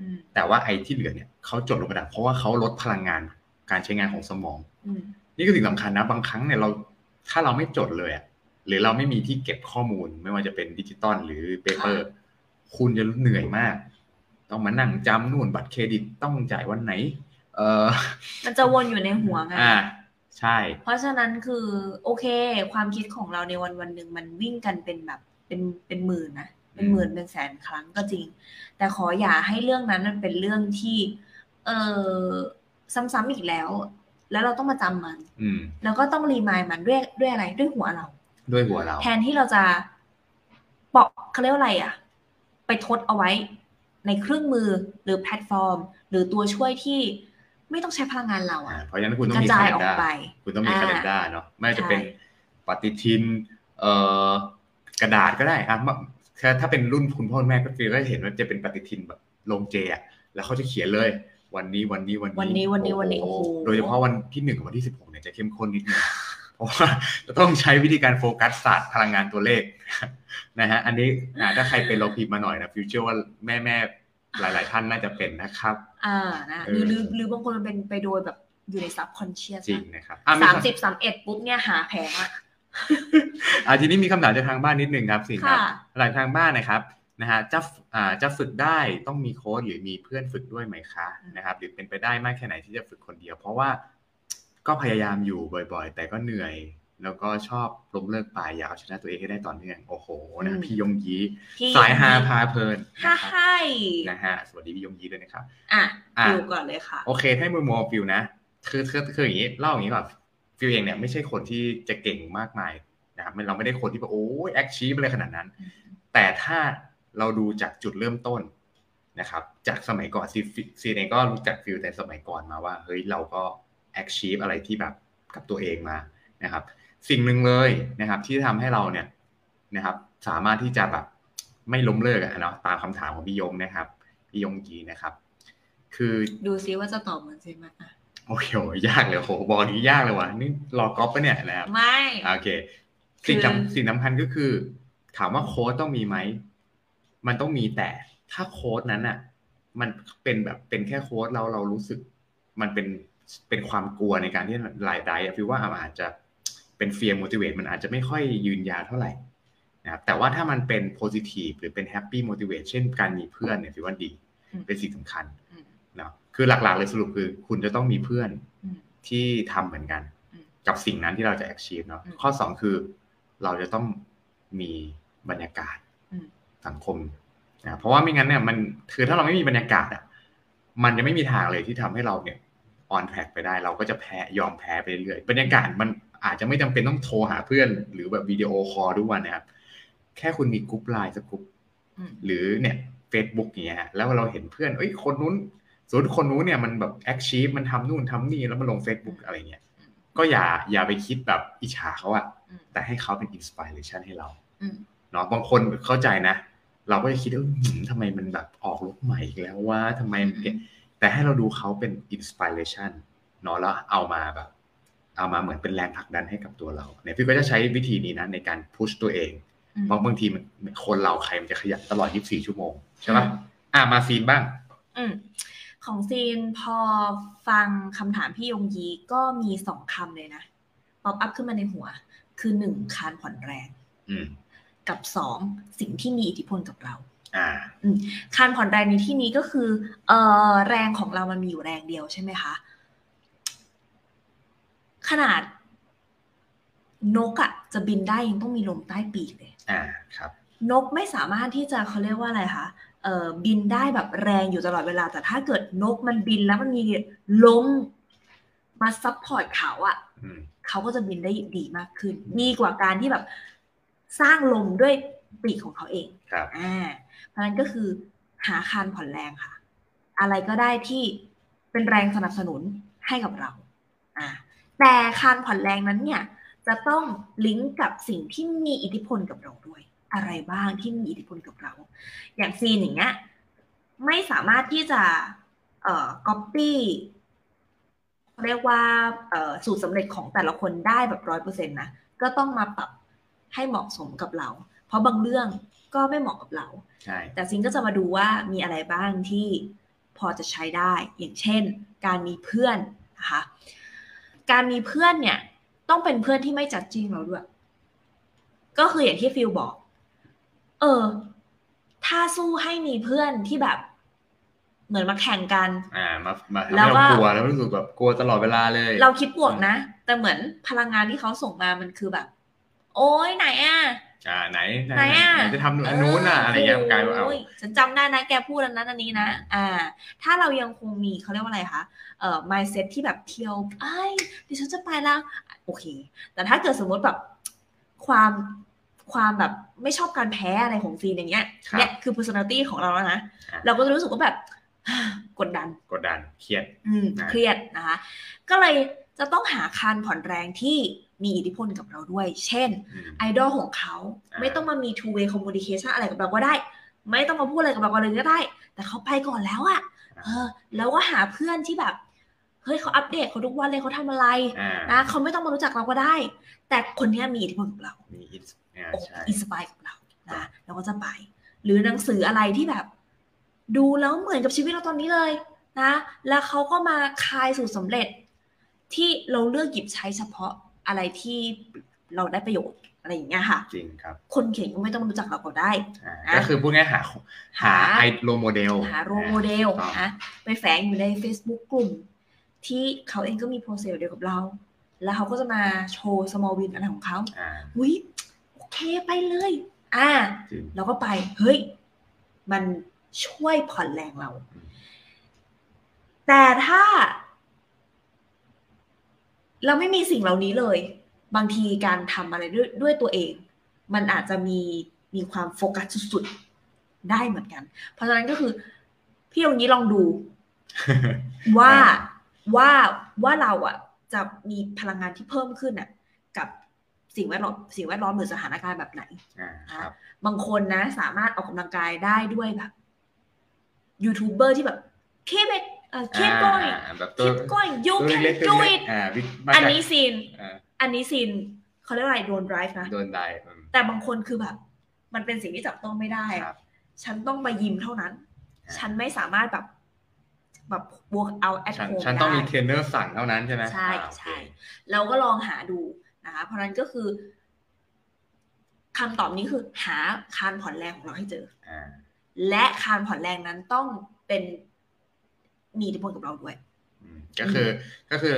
Speaker 2: อืม
Speaker 1: แต่ว่าไอ้ที่เหลือเนี่ยเขาจดลงกระดาษเพราะว่าเขาลดพลังงานการใช้งานของสมอง
Speaker 2: อืม
Speaker 1: นี่คือสิ่งสำคัญนะ บางครั้งเนี่ยเราถ้าเราไม่จดเลยอะหรือเราไม่มีที่เก็บข้อมูล ไม่ว่าจะเป็นดิจิตอลหรือเปเปอร์ คุณจะเหนื่อยมาก ต้องมานั่งจำนู่นบัตรเครดิตต้องจ่ายวันไหน เออ
Speaker 2: มันจะวนอยู่ในหัวไง
Speaker 1: อ่า ใช่
Speaker 2: เพราะฉะนั้นคือโอเค ความคิดของเราในวันวันๆหนึ่งมันวิ่งกันเป็นแบบเป็นเป็นหมื่นนะเป็นหมื่นเป็นแสนครั้งก็จริง แต่ขออย่าให้เรื่องนั้นมันเป็นเรื่องที่เออซ้ำๆอีกแล้ว แล้วเราต้องมาจำมัน
Speaker 1: อืม
Speaker 2: แล้วก็ต้องรีมายมันด้วยด้วยอะไรด้วยหัวเรา
Speaker 1: ด้วยหัวเรา
Speaker 2: แทนที่เราจะเปาะเขาเรียกว่าอะไรอะไปทดเอาไว้ ในเครื่องมือหรือแพลตฟอร์ม หรือตัวช่วยที่ไม่ต้องใช้พลังงานเรา
Speaker 1: อ่า
Speaker 2: อะ
Speaker 1: เพราะฉะนั้นคุณต้อก ง
Speaker 2: ระ
Speaker 1: มี
Speaker 2: จา
Speaker 1: คาย เลน
Speaker 2: ออก
Speaker 1: ดาร์
Speaker 2: ไป
Speaker 1: คุณต้องมี
Speaker 2: อ่า
Speaker 1: คาเลนดาร์เนาะไม่ว่าจะเป็น
Speaker 2: ใช่
Speaker 1: ปฏิทินเอ่อกระดาษก็ได้อ่ะมะถ้าถ้าเป็นรุ่นคุณพ่อคุณแม่ก็คือก็จะเห็นว่าจะเป็นปฏิทินแบบลงเจอ่ะแล้วเขาจะเขียนเลย วันนี้วันนี้วันนี้
Speaker 2: วันนี้วันนี้วันนี้
Speaker 1: โอ้โห
Speaker 2: โอ้โห
Speaker 1: โดยเฉพาะวันที่หนึ่งกับวันที่สิบหกเนี่ยจะเข้มข้นนิดนึงเพราะว่าจะต้องใช้วิธีการโฟกัสศาสตร์พลังงานตัวเลข นะฮะอันนี้อ่าถ้าใครเป็นลองพิมพ์มาหน่อยนะฟิวเจอร์ว่าแม่แม่ๆหลาย ๆ ท่านน่าจะเป็นนะครับ
Speaker 2: อ่านะ
Speaker 1: เอ
Speaker 2: ห
Speaker 1: อ
Speaker 2: รือหรือหรือบางคนมันเป็นไปโดยแบบอยู่ใน subconscious
Speaker 1: จริง
Speaker 2: อะ
Speaker 1: นะครับอ่ะคำ
Speaker 2: สามสิบสามเอ็ดปุ๊บเนี่ยหาแผงอะ
Speaker 1: อ่าทีนี้มีคำถามจากทางบ้านนิดหนึ่งครับสินครับ
Speaker 2: ค่ะ
Speaker 1: หลังทางบ้านนะครับนะฮะจะอ่าจะฝึกได้ต้องมีโค้ชหรือมีเพื่อนฝึกด้วยไหมคะนะครับหรือเป็นไปได้มากแค่ไหนที่จะฝึกคนเดียว เพราะว่าก็พยายามอยู่บ่อยๆ แต่ก็เหนื่อย แล้วก็ชอบล้มเลิกไปอยากเอาชนะตัวเองให้ได้ต่อเนื่องโอ้โหนะพี่ยงยี
Speaker 2: ที่
Speaker 1: สายฮาพาเพลิน
Speaker 2: ฮ่า
Speaker 1: นะครับ
Speaker 2: ให้
Speaker 1: นะฮะสวัสดีพี่ยงยีด้วยนะครับ
Speaker 2: อ่ะ
Speaker 1: อ่ะ
Speaker 2: ดูก่อนเลยค่ะ
Speaker 1: โอเค ให้มุมมองฟิวนะ คือคือคืออย่างนี้เล่าอย่างนี้ก่อนฟิวเองเนี่ยไม่ใช่คนที่จะเก่งมากมายนะครับไม่เราไม่ได้คนที่แบบโอ้ยแอคชีพอะไรขนาดนั้น
Speaker 2: อืม
Speaker 1: แต่ถ้าเราดูจากจุดเริ่มต้นนะครับ จากสมัยก่อนซีซีเองก็รู้จักฟิวแต่สมัยก่อนมาว่าเฮ้ยเราก็แอคชีพอะไรที่แบบกับตัวเองมานะครับ สิ่งหนึ่งเลยนะครับ ที่ทำให้เราเนี่ยนะครับ สามารถที่จะแบบไม่ล้มเลิกอะเนาะตามคำถามของพี่ยงนะครับพี่ยงกีนะครับ คือ
Speaker 2: ดูซิว่าจะตอบเหมือนซิไหมอ่ะ
Speaker 1: โอ้โหยากเลยโหบอกนี้ยากเลยว่ะนี่รอก๊อปปะเนี่ยนะครับ
Speaker 2: ไม่
Speaker 1: อ่าโอเค สิ่ง
Speaker 2: คือ
Speaker 1: สำสิ่งสำคัญก็คือ ถามว่าโค้ดต้องมีไหม มันต้องมีแต่ถ้าโค้ดนั้นอ่ะ มันเป็นแบบเป็นแค่โค้ดเราเรารู้สึก มันเป็นเป็นความกลัวในการที่หลายใจอะฟิวว่ามันอาจจะเป็นเฟียร์โมดิเวตมันอาจจะไม่ค่อยยืนยาวเท่าไหร่นะครับแต่ว่าถ้ามันเป็นโพซิทีฟหรือเป็นแฮปปี้โมดิเวตเช่นการมีเพื่อนเนี่ยฟิวว่าดี เป็นสิ่งสำคัญ
Speaker 2: อืม
Speaker 1: เนาะคือหลักๆเลยสรุปคือ คุณจะต้องมีเพื่อน
Speaker 2: อืม
Speaker 1: ที่ทำเหมือนกัน
Speaker 2: อืม
Speaker 1: กับสิ่งนั้นที่เราจะ achieve เนาะ
Speaker 2: อืม
Speaker 1: ข้อสองคือเราจะต้องมีบรรยากาศ
Speaker 2: อืม
Speaker 1: สังคมนะเพราะว่าไม่งั้นเนี่ยมันคือถ้าเราไม่มีบรรยากาศอ่ะมันจะไม่มีทางเลยที่ทำให้เราเนี่ย on track ไปได้ เราก็จะแพ้ยอมแพ้ไปเรื่อยบรรยากาศมันอาจจะไม่จำเป็นต้องโทรหาเพื่อน หรือแบบวิดีโอคอลทุกวันนะครับแค่คุณมีกรุ๊ปไลน์สักกรุ๊ป
Speaker 2: อืม
Speaker 1: หรือเนี่ย Facebook อย่างเงี้ยฮะแล้วเราเห็นเพื่อนเอ้ยคนนู้นสมมติคนนู้นเนี่ยมันแบบแอคชีพมันทำนู่นทำนี่แล้วมันลง Facebook อะไรเงี้ย
Speaker 2: อืม
Speaker 1: ก็อย่าอย่าไปคิดแบบอิจฉาเขาอะ
Speaker 2: อืม
Speaker 1: แต่ให้เขาเป็นอินสปิเรชันให้เรา
Speaker 2: อืม
Speaker 1: เนาะบางคนเข้าใจนะ เราก็จะคิดว่าอื้อหือทำไมมันแบบออกรถใหม่อีกแล้วว่าทำไมมันเก่งแต่ให้เราดูเขาเป็นอินสปิเรชันเนาะแล้วเอามาแบบ เอามาเหมือนเป็นแรงผลักดันให้กับตัวเราเนี่ยพี่ก็จะใช้วิธีนี้นะในการพุชตัวเอง
Speaker 2: อืม
Speaker 1: เพราะบางทีมันคนเราใครมันจะขยันตลอด 24 ชั่วโมง ใช่ไหม
Speaker 2: อืม
Speaker 1: อ่ะมาซีนบ้าง
Speaker 2: อืมของซีนพอฟังคำถามพี่ยงยีก็มีสองคำเลยนะป๊อปอัพขึ้นมาในหัว คือหนึ่งคานผ่อนแรง
Speaker 1: อืม
Speaker 2: กับสองสิ่งที่มีอิทธิพลกับเรา
Speaker 1: อ่า
Speaker 2: คานผ่อนแรงในที่นี้ก็คือเออแรงของเรามันมีอยู่แรงเดียวใช่ไหมคะ ขนาดนกอะจะบินได้ยังต้องมีลมใต้ปีกเลย
Speaker 1: อ่า ครับ
Speaker 2: นกไม่สามารถที่จะเขาเรียกว่าอะไรคะเอ่อบินได้แบบแรงอยู่ตลอดเวลา แต่ถ้าเกิดนกมันบินแล้วมันมีลมมาซัพพอร์ตเขาอะ
Speaker 1: อืม
Speaker 2: เขาก็จะบินได้ดีมากขึ้น ดีกว่าการที่แบบสร้างลมด้วยปีกของเขาเอง
Speaker 1: ครับ
Speaker 2: อ่าเพราะฉะนั้นก็คือหาคานผ่อนแรงค่ะ อะไรก็ได้ที่เป็นแรงสนับสนุนให้กับเราอ่าแต่คานผ่อนแรงนั้นเนี่ยจะต้องลิงก์กับสิ่งที่มีอิทธิพลกับเราด้วย อะไรบ้างที่มีอิทธิพลกับเรา อย่างซีนอย่างเงี้ยไม่สามารถที่จะเอ่อ copy เรียกว่าเอ่อสูตรสำเร็จของแต่ละคนได้แบบร้อยเปอร์เซ็นต์นะ ก็ต้องมาปรับให้เหมาะสมกับเรา เพราะบางเรื่องก็ไม่เหมาะกับเรา
Speaker 1: ใช่
Speaker 2: แต่ซิงก็จะมาดูว่ามีอะไรบ้างที่พอจะใช้ได้ อย่างเช่น การมีเพื่อนนะคะ การมีเพื่อนเนี่ย ต้องเป็นเพื่อนที่ไม่จัดจริงเราด้วย ก็คืออย่างที่ฟิลบอก เออ ถ้าสู้ให้มีเพื่อนที่แบบ เหมือนมาแข่งกัน
Speaker 1: อ่า มา มาทำ
Speaker 2: แล้
Speaker 1: ให้เราก
Speaker 2: วก็
Speaker 1: ลัวแล้วรู้สึกแบบกลัวตลอดเวลาเลย
Speaker 2: เราคิดบวกนะ แต่เหมือนพลังงานที่เขาส่งมามันคือแบบ โอ๊ยไหนอะ
Speaker 1: อ่า ไหน ไหน
Speaker 2: ไหนอ่ะ
Speaker 1: ไหนจะทำอันนู้นอ่ะ อะไรอย่างเงี้ยกลายว่าเอา
Speaker 2: โอ้ยฉันจำได้นะ แกพูดอันนั้นอันนี้นะ อ่า ถ้าเรายังคงมีเขาเรียกว่าอะไรคะ เอ่อ mindset ที่แบบเที่ยวไอ้ยเดิฉันจะไปแล้ว โอเค แต่ถ้าเกิดสมมติแบบความ ความแบบไม่ชอบการแพ้อะไรของซีนอย่างเงี้ย
Speaker 1: ครับ
Speaker 2: เนี่ยคือ personality ของเราแล้วนะ
Speaker 1: ครับ
Speaker 2: เราก็จะรู้สึกว่าแบบ กดดัน
Speaker 1: กดดันเครียด
Speaker 2: อืม
Speaker 1: นะ
Speaker 2: เครียดนะคะ ก็เลยจะต้องหาคานผ่อนแรงที่มีอิทธิพลกับเราด้วย เช่น
Speaker 1: อืม
Speaker 2: ไอดอลของเขา
Speaker 1: อ่า
Speaker 2: ไม่ต้องมามี two way communication อะไรกับเราก็ได้ ไม่ต้องมาพูดอะไรกับเราเลยก็ได้ แต่เขาไปก่อนแล้วอะเออ แล้วก็หาเพื่อนที่แบบ เฮ้ยเขาอัปเดตเขาทุกวันเลยเขาทำอะไร
Speaker 1: อ่า
Speaker 2: นะเขาไม่ต้องมารู้จักเราก็ได้ แต่คนเนี้ยมีอิทธิพลกับเรา
Speaker 1: มีอินอ่า
Speaker 2: โอ้
Speaker 1: ใช่
Speaker 2: อินสปายกับเรานะเราก็จะไป หรือหนังสืออะไรที่แบบ ดูแล้วเหมือนกับชีวิตเราตอนนี้เลยนะ แล้วเขาก็มาคายสู่สำเร็จ ที่เราเลือกหยิบใช้เฉพาะอะไรที่เราได้ประโยชน์อะไรอย่างเงี้ยค่ะ
Speaker 1: จริงครับ
Speaker 2: คนเขียนก็ไม่ต้องรู้จักเราก็ได้
Speaker 1: อ่า
Speaker 2: อ่ะ
Speaker 1: ก็คือพูดง่ายๆหาหา
Speaker 2: หา
Speaker 1: ไอโรโมเดล
Speaker 2: หาโรลโมเดล
Speaker 1: อ่า
Speaker 2: นะไปแฝงอยู่ใน Facebook กลุ่ม ที่เขาเองก็มีโปรเซสเดียวกับเรา แล้วเขาก็จะมาโชว์ small win อะไรของเขา
Speaker 1: อ่า
Speaker 2: อุ้ยโอเคไปเลย อ่า
Speaker 1: จริง
Speaker 2: เราก็ไป เฮ้ย มันช่วยผ่อนแรงเรา
Speaker 1: อืม
Speaker 2: แต่ถ้า เราไม่มีสิ่งเหล่านี้เลย บางทีการทำอะไรด้วยด้วยตัวเอง มันอาจจะมีมีความโฟกัสสุดๆ ได้เหมือนกัน เพราะฉะนั้นก็คือ พี่ตรงนี้ลองดู ว่าว่าว่าเราอะจะมีพลังงานที่เพิ่มขึ้นอะกับสิ่งแวดล้อมสิ่งแวดล้อมหรือสถานการณ์แบบไหน
Speaker 1: อ่าครับ
Speaker 2: บางคนนะ สามารถออกกำลังกายได้ด้วยแบบยูทูบเบอร์ที่แบบ keep it เอ่อ keep
Speaker 1: อ่า
Speaker 2: going
Speaker 1: แบบตัว
Speaker 2: keep going you
Speaker 1: ตัว
Speaker 2: can
Speaker 1: เล็กๆตัว
Speaker 2: do
Speaker 1: เล็ก
Speaker 2: it
Speaker 1: ๆอ่าวิมา
Speaker 2: อัน
Speaker 1: จาก
Speaker 2: นี้ซีน
Speaker 1: อ่า
Speaker 2: อันนี้ซีนเขาเรียกว่าอะไรโดน drive นะ
Speaker 1: โดนได้อืม
Speaker 2: แต่บางคนคือแบบ มันเป็นสิ่งที่จับต้องไม่ได้อะ
Speaker 1: ครับ
Speaker 2: ฉันต้องไปยิมเท่านั้น
Speaker 1: อ่า
Speaker 2: ฉันไม่สามารถแบบแบบ work out at
Speaker 1: ฉัน
Speaker 2: home
Speaker 1: ฉันต้องมี
Speaker 2: ได้
Speaker 1: เทรนเนอร์สั่งเท่านั้นใช่ไหม
Speaker 2: ใช่
Speaker 1: อ่า
Speaker 2: ใช่
Speaker 1: โอเค
Speaker 2: เราก็ลองหาดูนะคะ เพราะฉะนั้นก็คือคำตอบนี้คือหาคานผ่อนแรงของเราให้เจอ
Speaker 1: อ่า
Speaker 2: และคานผ่อนแรงนั้นต้องเป็นมีอิทธิพลกับเราด้วย
Speaker 1: อืมก็คือก็คือ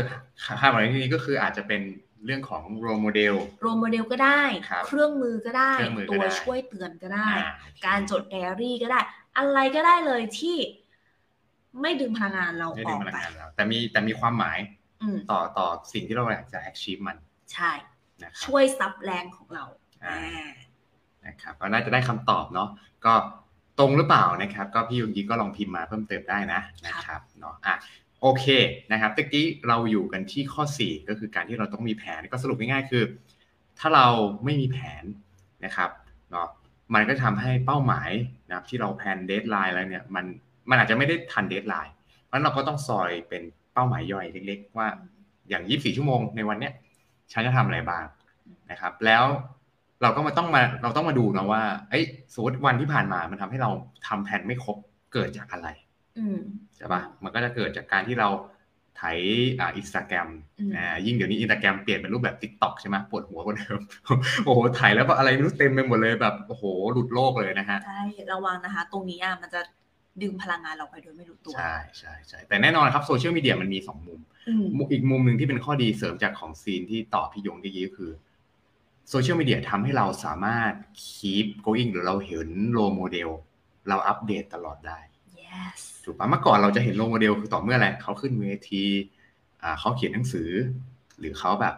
Speaker 1: ค่าหมายในที่นี้ก็คืออาจจะเป็นเรื่องของโรโมเดล
Speaker 2: โรวมโมเดลก็ได้
Speaker 1: ครับ
Speaker 2: เครื่องมือก็ได้
Speaker 1: เครื่องมือก็
Speaker 2: ตัว
Speaker 1: ได้
Speaker 2: ช่วยเตือนก็ได้
Speaker 1: อ่า
Speaker 2: การจดไดอารี่ก็ได้ อะไรก็ได้เลยที่ไม่ดึงพลังงานเรา
Speaker 1: ได้
Speaker 2: อ
Speaker 1: ดึง
Speaker 2: อก
Speaker 1: พลัง
Speaker 2: ไป
Speaker 1: งานแล้วแต่มีแต่มีความหมาย
Speaker 2: อืม
Speaker 1: ต่อต่อสิ่งที่เราอยากจะ achieve มัน
Speaker 2: ใช่
Speaker 1: นะครับ
Speaker 2: ช่วยซับแรงของเรา
Speaker 1: อ่า
Speaker 2: อ่า
Speaker 1: นะครับก็น่าจะได้คำตอบเนาะก็ตรงหรือเปล่านะครับ ก็พี่ยุงยีก็ลองพิมพ์มาเพิ่มเติมได้นะนะครับเนาะอ่ะโอเคนะครับตะกี้เราอยู่กันที่ข้อ 4 ก็คือการที่เราต้องมีแผนก็สรุปง่ายๆคือ ถ้าเราไม่มีแผนนะครับเนาะมันก็ทำให้เป้าหมายนะครับที่เราแผนเดทไลน์แล้วเนี่ยมันมันอาจจะไม่ได้ทันเดทไลน์เพราะฉะนั้นเราก็ต้องซอยเป็นเป้าหมายย่อยเล็กๆ ว่าอย่าง 24 ชั่วโมงในวันเนี้ยฉันจะทำอะไรบ้าง นะครับแล้วเราก็มาต้องมาเราต้องมาดูนะว่าเอ้ยสมมติวันที่ผ่านมามันทำให้เราทำแผนไม่ครบเกิดจากอะไร
Speaker 2: อืม
Speaker 1: ใช่ปะมันก็จะเกิดจากการที่เราไถอ่าอินสตาแกรม
Speaker 2: อืม
Speaker 1: อ่ายิ่งเดี๋ยวนี้อินสตาแกรมเปลี่ยนเป็นรูปแบบติ๊กต็อกใช่ไหมปวดหัวกว่าเดิม โอ้โหไถ่ายแล้วแบบอะไรไม่รู้เต็มไปหมดเลยแบบโอ้โหหลุดโลกเลยนะฮะ
Speaker 2: ใช่ระวังนะคะ ตรงนี้อ่ะมันจะดึงพลังงานเราไปโดยไม่รู้ตัว
Speaker 1: ใช่ใช่ใช่แต่แน่นอนครับโซเชียลมีเดียมันมีสองมุม
Speaker 2: อืม
Speaker 1: มุมอีกมุมหนึ่งที่เป็นข้อดีเสริมจากของซีนที่ต่อพี่ยงที่กี้ก็คือโซเชียลมีเดียทำให้เราสามารถ keep going หรือเราเห็นโลโมเดล เราอัปเดตตลอดได้
Speaker 2: yes
Speaker 1: ถูกปะเมื่อก่อนเราจะเห็นโลโมเดลคือต่อเมื่ออะไรเขาขึ้นเวทีอ่าเขาเขียนหนังสือ หรือเขาแบบ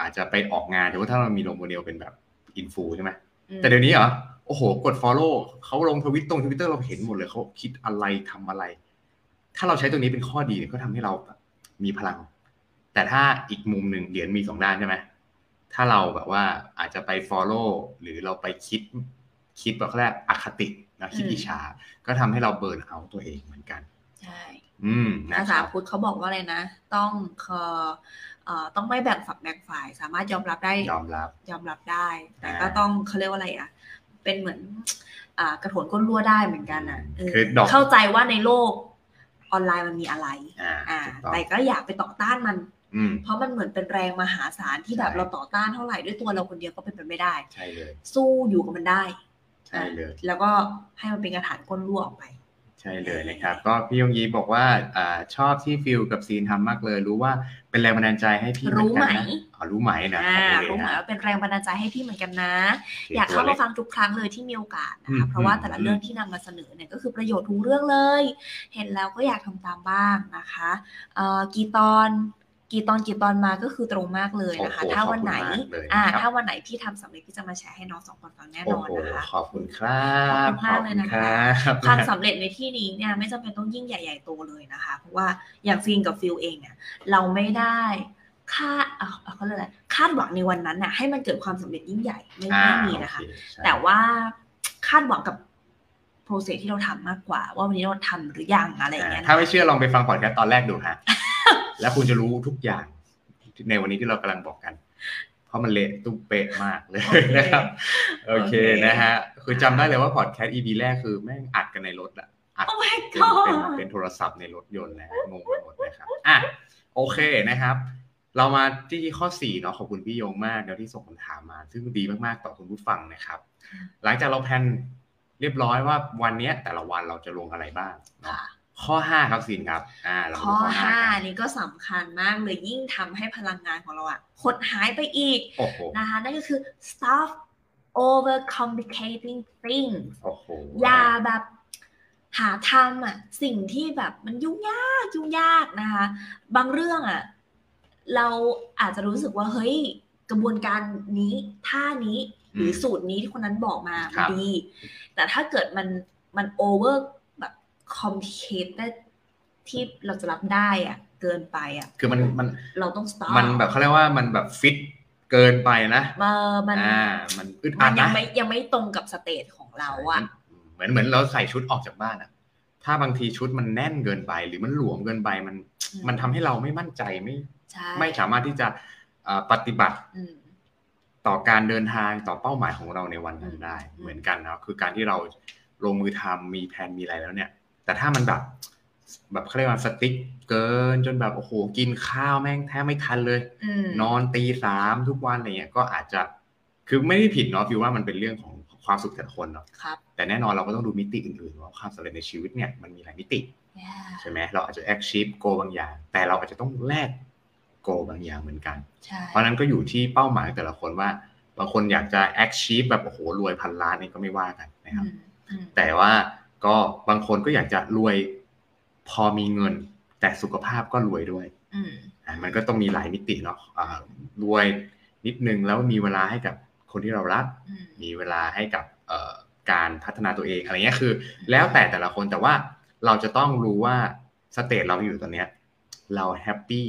Speaker 1: อาจจะไปออกงานถือว่าถ้าเรามีโลโมเดลเป็นแบบอินฟูใช่ไหม
Speaker 2: อืม
Speaker 1: แต่เดี๋ยวนี้เหรอ โอ้โห กด follow เขาลงทวิตตรงทวิตเตอร์เราเห็นหมดเลยเขาคิดอะไรทำอะไร ถ้าเราใช้ตรงนี้เป็นข้อดีเนี่ยก็ทำให้เราแบบมีพลัง แต่ถ้าอีกมุมหนึ่งเหรียญมีสองด้านใช่ไหม ถ้าเราแบบว่าอาจจะไป follow หรือเราไปคิด คิดแบบแรกอคตินะคิด
Speaker 2: อืม
Speaker 1: อิจฉา ก็ทำให้เราเบิร์นเอาตัวเองเหมือนกัน
Speaker 2: ใช่
Speaker 1: อืมนะ
Speaker 2: ภา
Speaker 1: ค
Speaker 2: ษา
Speaker 1: รับ
Speaker 2: พุทธเขาบอกว่าอะไรนะ ต้องเคอเอ่อต้องไม่แบ่งฝักแบ่งฝ่าย สามารถยอมรับได้
Speaker 1: ยอมรับ
Speaker 2: ยอมรับได้ แต่
Speaker 1: อ่า
Speaker 2: ก็ต้องเขาเรียกว่าอะไรอ่ะ เป็นเหมือนอ่ากระโถนก้นรั่วได้เหมือนกันอ่ะเออ
Speaker 1: คือดอก
Speaker 2: เข้าใจว่าในโลกออนไลน์มันมีอะไร
Speaker 1: อ่า
Speaker 2: อ่า
Speaker 1: ถูกต้อง
Speaker 2: แต่ก็อยากไปต่อต้านมัน
Speaker 1: อืม
Speaker 2: เพราะมันเหมือนเป็นแรงมหาศาลที่แบบ
Speaker 1: ใช่
Speaker 2: เราต่อต้านเท่าไหร่ด้วยตัวเราคนเดียวก็เป็นไปไม่ได้
Speaker 1: ใช่เลย
Speaker 2: สู้อยู่กับมันได้
Speaker 1: ใช่เลย
Speaker 2: แล้วก็ให้มันเป็นกระถางก้นรั่วออกไป
Speaker 1: ใช่เลยนะครับ ก็พี่ยงยีบอกว่าอาชอบที่ฟิลกับซีนทำมากเลย รู้ว่าเป็นแรงบันดาลใจให้พี่
Speaker 2: รู้ไหม
Speaker 1: เอนกันนะอ๋อรู้ไหมนะ
Speaker 2: อ่า
Speaker 1: โอเค
Speaker 2: รู้ไหม
Speaker 1: นะ
Speaker 2: ว่าเป็นแรงบันดาลใจให้พี่เหมือนกันนะ
Speaker 1: โค
Speaker 2: อยากเข้า
Speaker 1: ตัวล็
Speaker 2: มาฟังทุกครั้งเลยที่มีโอกาสนะ
Speaker 1: อืม
Speaker 2: คะเพราะว่า
Speaker 1: อืม
Speaker 2: แต่ละเรื่องที่นำมาเสนอเนี่ยก็คือประโยชน์ทุกเรื่องเลย เห็นแล้วก็อยากทำตามบ้างนะคะเอ่อกี่ตอน กี่ตอนกี่ตอนมาก็คือตรงมากเลยนะคะ
Speaker 1: โอ้โห
Speaker 2: ถ้าวันไหน
Speaker 1: ขอบคุณมากเลย
Speaker 2: อ่า
Speaker 1: ครับ
Speaker 2: ถ้าวันไหนพี่ทำสำเร็จพี่จะมาแชร์ให้น้องสองคนฟังแน่น
Speaker 1: โอ้
Speaker 2: อน
Speaker 1: โห
Speaker 2: นะคะ
Speaker 1: ขอบคุณครับ
Speaker 2: ขอบคุณมากเลยนะคะ
Speaker 1: ขอบ
Speaker 2: ค
Speaker 1: ณ
Speaker 2: วาม
Speaker 1: รับ
Speaker 2: สำเร็จในที่นี้เนี่ยไม่จำเป็นต้องยิ่งใหญ่ใหญ่โตเลยนะคะ เพราะว่าอย่างซีนกับฟิลเองเนี่ยเราไม่ได้คาดเอ่อเอ่อเขาเรียกอะไรคาดหวังในวันนั้นน่ะให้มันเกิดความสำเร็จยิ่งใหญ่ไม่
Speaker 1: อ่า
Speaker 2: ไม่มีนะคะ
Speaker 1: โอเใช่
Speaker 2: แต่ว่าคาดหวังกับโปรเซสที่เราทำมากกว่า ว่าวันนี้เราทำหรือยังอะไรอย่างเงี้ย
Speaker 1: อ่า
Speaker 2: นะคะ
Speaker 1: ถ้าไม่เชื่อลองไปฟังพอดแคสต์ตอนแรกดูฮะ แล้วคุณจะรู้ทุกอย่าง ในวันนี้ที่เรากำลังบอกกัน เพราะมันเละตุ้มเป๊ะมากเลยนะครับ โอเคนะฮะ คือจำได้เลยว่าพอดแคสต์ EP แรกคือแม่งอัดกันในรถอะ
Speaker 2: โอ้ my
Speaker 1: เป็นเป็น
Speaker 2: god
Speaker 1: เป็นโทรศัพท์ในรถยนต์นะฮะงงไปหมดนะครับอ่ะโอเคนะครับ เรามาที่ข้อ4เนาะขอบคุณพี่โยงมากแล้วที่ส่งคำถามมา ซึ่งดีมากๆต่อคุณผู้ฟังนะครับ หลังจากเราแพลนเรียบร้อยว่าวันเนี้ย แต่ละวันเราจะลงอะไรบ้างเนาะ
Speaker 2: ค่ะ
Speaker 1: ข้อ 5 ครับสินครับ อ่าเราดู
Speaker 2: ข้อห้า
Speaker 1: กัน
Speaker 2: นี่ก็สำคัญมากเลยยิ่งทำให้พลังงานของเราอะหดหายไปอีก
Speaker 1: โอ้โห
Speaker 2: นะคะนั่นก็คือ stop over complicating things
Speaker 1: โอ้โห
Speaker 2: อย่าแบบหาทำอ่ะสิ่งที่แบบมันยุ่งยากยุ่งยากนะคะ บางเรื่องอ่ะเราอาจจะรู้สึกว่าเฮ้ยกระบวนการนี้ท่านี้หรืออ
Speaker 1: ม
Speaker 2: สูตรนี้ที่คนนั้นบอกมา
Speaker 1: ครั
Speaker 2: มัน
Speaker 1: บ
Speaker 2: ดี แต่ถ้าเกิดมันมันโอเวอร์แบบคอม i c a t e ได้ที่เราจะรับได้อ่ะเกินไปอ่ะ
Speaker 1: คือมันมัน
Speaker 2: เราต้อง stop
Speaker 1: มันแบบเขาเรียกว่ามันแบบฟิตเกินไปนะ
Speaker 2: เออมัน
Speaker 1: อ่า มันอึด
Speaker 2: มั
Speaker 1: อัด
Speaker 2: น
Speaker 1: นะ
Speaker 2: ยังไม่ยังไม่ตรงกับสเตจของเราอ่ะ
Speaker 1: เหมือนเหมือนเราใส่ชุดออกจากบ้านอะถ้าบางทีชุดมันแน่นเกินไป หรือมันหลวมเกินไปมัน
Speaker 2: อืม
Speaker 1: มันทำให้เราไม่มั่นใจไม่
Speaker 2: ใช่
Speaker 1: ไม่สามารถที่จะเอ่อปฏิบัติ
Speaker 2: อืม
Speaker 1: ต่อการเดินทางต่อเป้าหมายของเราในวันนั้นได้
Speaker 2: อืม
Speaker 1: เหมือนกันนะครับคือการที่เราลงมือทำมีแผนมีอะไรแล้วเนี่ย แต่ถ้ามันแบบ แบบเขาเรียกว่าสติ๊กเกินจนแบบโอ้โหกินข้าวแม่งแทบไม่ทันเลย
Speaker 2: อืม
Speaker 1: นอนตีสามทุกวันอะไรเงี้ยก็อาจจะคือไม่ได้ผิดเนาะฟิวว่ามันเป็นเรื่องของความสุขแต่ละคนเนาะ
Speaker 2: ครับ
Speaker 1: แต่แน่นอนเราก็ต้องดูมิติอื่นๆว่าความสำเร็จในชีวิตเนี่ยมันมีหลายมิติ
Speaker 2: yeah
Speaker 1: ใช่ไหมเราอาจจะ achieve goal บางอย่าง แต่เราอาจจะต้องแลก goal บางอย่างเหมือนกัน
Speaker 2: ใช่
Speaker 1: เพราะฉะนั้นก็อยู่ที่เป้าหมายแต่ละคนว่าบางคนอยากจะ achieve แบบโอ้โหรวยพันล้านนี่ก็ไม่ว่ากันนะครับ
Speaker 2: อืมอืม
Speaker 1: แต่ว่าก็บางคนก็อยากจะรวยพอมีเงิน แต่สุขภาพก็รวยด้วย
Speaker 2: อืม
Speaker 1: อ่ะมันก็ต้องมีหลายมิติเนาะอ่ารวยนิดนึงแล้วมีเวลาให้กับคนที่เรารัก
Speaker 2: อืม
Speaker 1: มีเวลาให้กับเอ่อการพัฒนาตัวเองอะไรเงี้ยคือ แล้วแต่แต่ละคนแต่ว่าเราจะต้องรู้ว่าสเตจเราอยู่ตอนเนี้ย เราแฮปปี้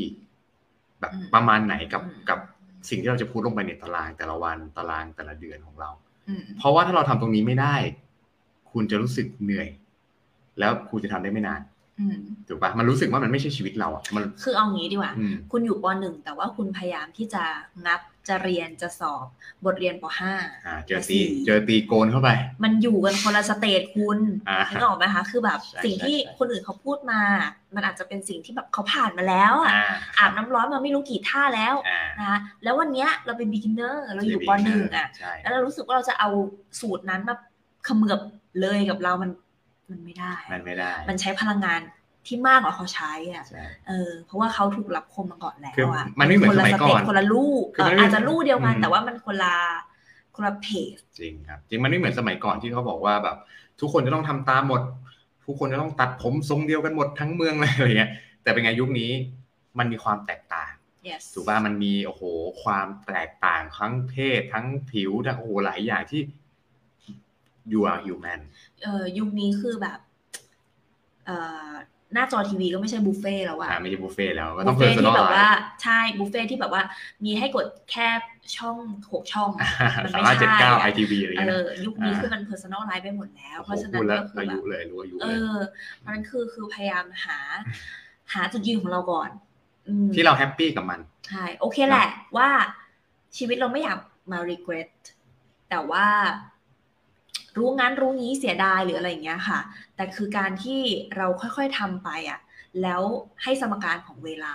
Speaker 1: แบบ
Speaker 2: อืม
Speaker 1: ประมาณไหนกับ
Speaker 2: อืม
Speaker 1: กับสิ่งที่เราจะพูดลงไปในตารางแต่ละวันตารางแต่ละเดือนของเรา
Speaker 2: อืม
Speaker 1: เพราะว่าถ้าเราทำตรงนี้ไม่ได้ คุณจะรู้สึกเหนื่อย แล้วคุณจะทำได้ไม่นาน
Speaker 2: อืม
Speaker 1: ถูกปะมันรู้สึกว่ามันไม่ใช่ชีวิตเราอ่ะมัน
Speaker 2: คือเอางี้ดีกว่า
Speaker 1: อืม
Speaker 2: คุณอยู่ปหนึ่งแต่ว่าคุณพยายามที่จะงับจะเรียนจะสอบบทเรียนปห้า
Speaker 1: อ่า เจอตีเจอตีโกนเข้าไป
Speaker 2: มันอยู่กันคนละสเตจคุณ
Speaker 1: อ่า
Speaker 2: นึกออกไหมคะคือแบบ
Speaker 1: ใช่
Speaker 2: สิ่งที่
Speaker 1: ใช่
Speaker 2: คนอื่นเขาพูดมา มันอาจจะเป็นสิ่งที่แบบเขาผ่านมาแล้วอะ
Speaker 1: อ่า
Speaker 2: อาบน้ำร้อนมาไม่รู้กี่ท่าแล้ว
Speaker 1: อ่า
Speaker 2: นะคะแล้ววันเนี้ยเราเป็น beginner เราอยู่ปหนึ่งอะ
Speaker 1: ใช่
Speaker 2: แล้วเรารู้สึกว่าเราจะเอาสูตรนั้นมาเขมือบเลยกับเรามันมันไม่ได้
Speaker 1: มันไม่ได้
Speaker 2: มันใช้พลังงานที่มากกว่าเขาใช้อ่ะ
Speaker 1: ใช่
Speaker 2: เออ เพราะว่าเขาถูกรับคมมาก่อนแล้
Speaker 1: คือ
Speaker 2: วอ่ะ
Speaker 1: มันไม่เหมือน
Speaker 2: ค
Speaker 1: ส
Speaker 2: ละ
Speaker 1: มัยก่อน
Speaker 2: เตจคนละลูก
Speaker 1: คือมัน
Speaker 2: เออ
Speaker 1: ไม่
Speaker 2: อาจจะลูกเดียวกัน
Speaker 1: อืม
Speaker 2: แต่ว่ามันคนละคนละเพจ
Speaker 1: จริงครับ จริงมันไม่เหมือนสมัยก่อนที่เขาบอกว่าแบบ ทุกคนจะต้องทำตามหมด ทุกคนจะต้องตัดผมทรงเดียวกันหมดทั้งเมืองเลยอะไรเงี้ยแต่เป็นไงยุคนี้มันมีความแตกต่าง
Speaker 2: yes
Speaker 1: ถูกป่ะมันมีโอ้โหความแตกต่างทั้งเพศทั้งผิวทั้งโอ้โหหลายอย่างที่ you are human
Speaker 2: เออยุคนี้คือแบบเออหน้าจอทีวีก็ไม่ใช่บุฟเฟ่ต์แล้วอ่ะ
Speaker 1: อ่าไม่ใช่บุฟเฟ่ต์แล้วก็ต้
Speaker 2: บุ
Speaker 1: อง
Speaker 2: ฟ
Speaker 1: เพิ่มส
Speaker 2: เฟ่ต์ที่
Speaker 1: นอ
Speaker 2: แบบ
Speaker 1: ไล
Speaker 2: ว่า
Speaker 1: น์
Speaker 2: ใช่บุฟเฟ่ต์ที่แบบว่ามีให้กดแค่ช่องหกช่องอะมัน
Speaker 1: สา
Speaker 2: ไม่
Speaker 1: มารถเจ็ด
Speaker 2: ใช่
Speaker 1: เก้าไอ
Speaker 2: อะ
Speaker 1: ทีวีอะไร
Speaker 2: เอ
Speaker 1: เงี้ยนะ
Speaker 2: อยุคนี้คือมัน personal life ไปหมดแล้ว
Speaker 1: โอ้โห
Speaker 2: เพราะฉะนั้
Speaker 1: พูด
Speaker 2: น
Speaker 1: แล้ว
Speaker 2: ก็คือ
Speaker 1: อา
Speaker 2: แบ
Speaker 1: ยุ
Speaker 2: บ
Speaker 1: เลยรู้อายุ
Speaker 2: เอ
Speaker 1: เลย
Speaker 2: อเพราะฉะนั้นคือคือพยายามหา หาจุดยืนของเราก่อน อืม
Speaker 1: ที่เราแฮปปี้กับมัน
Speaker 2: ใช่โอเคแหละ ว่าชีวิตเราไม่อยากมา regret แต่ว่า รู้งั้นรู้งี้เสียดายหรืออะไรอย่างเงี้ยค่ะ แต่คือการที่เราค่อยๆทำไปอ่ะ แล้วให้สมการของเวลา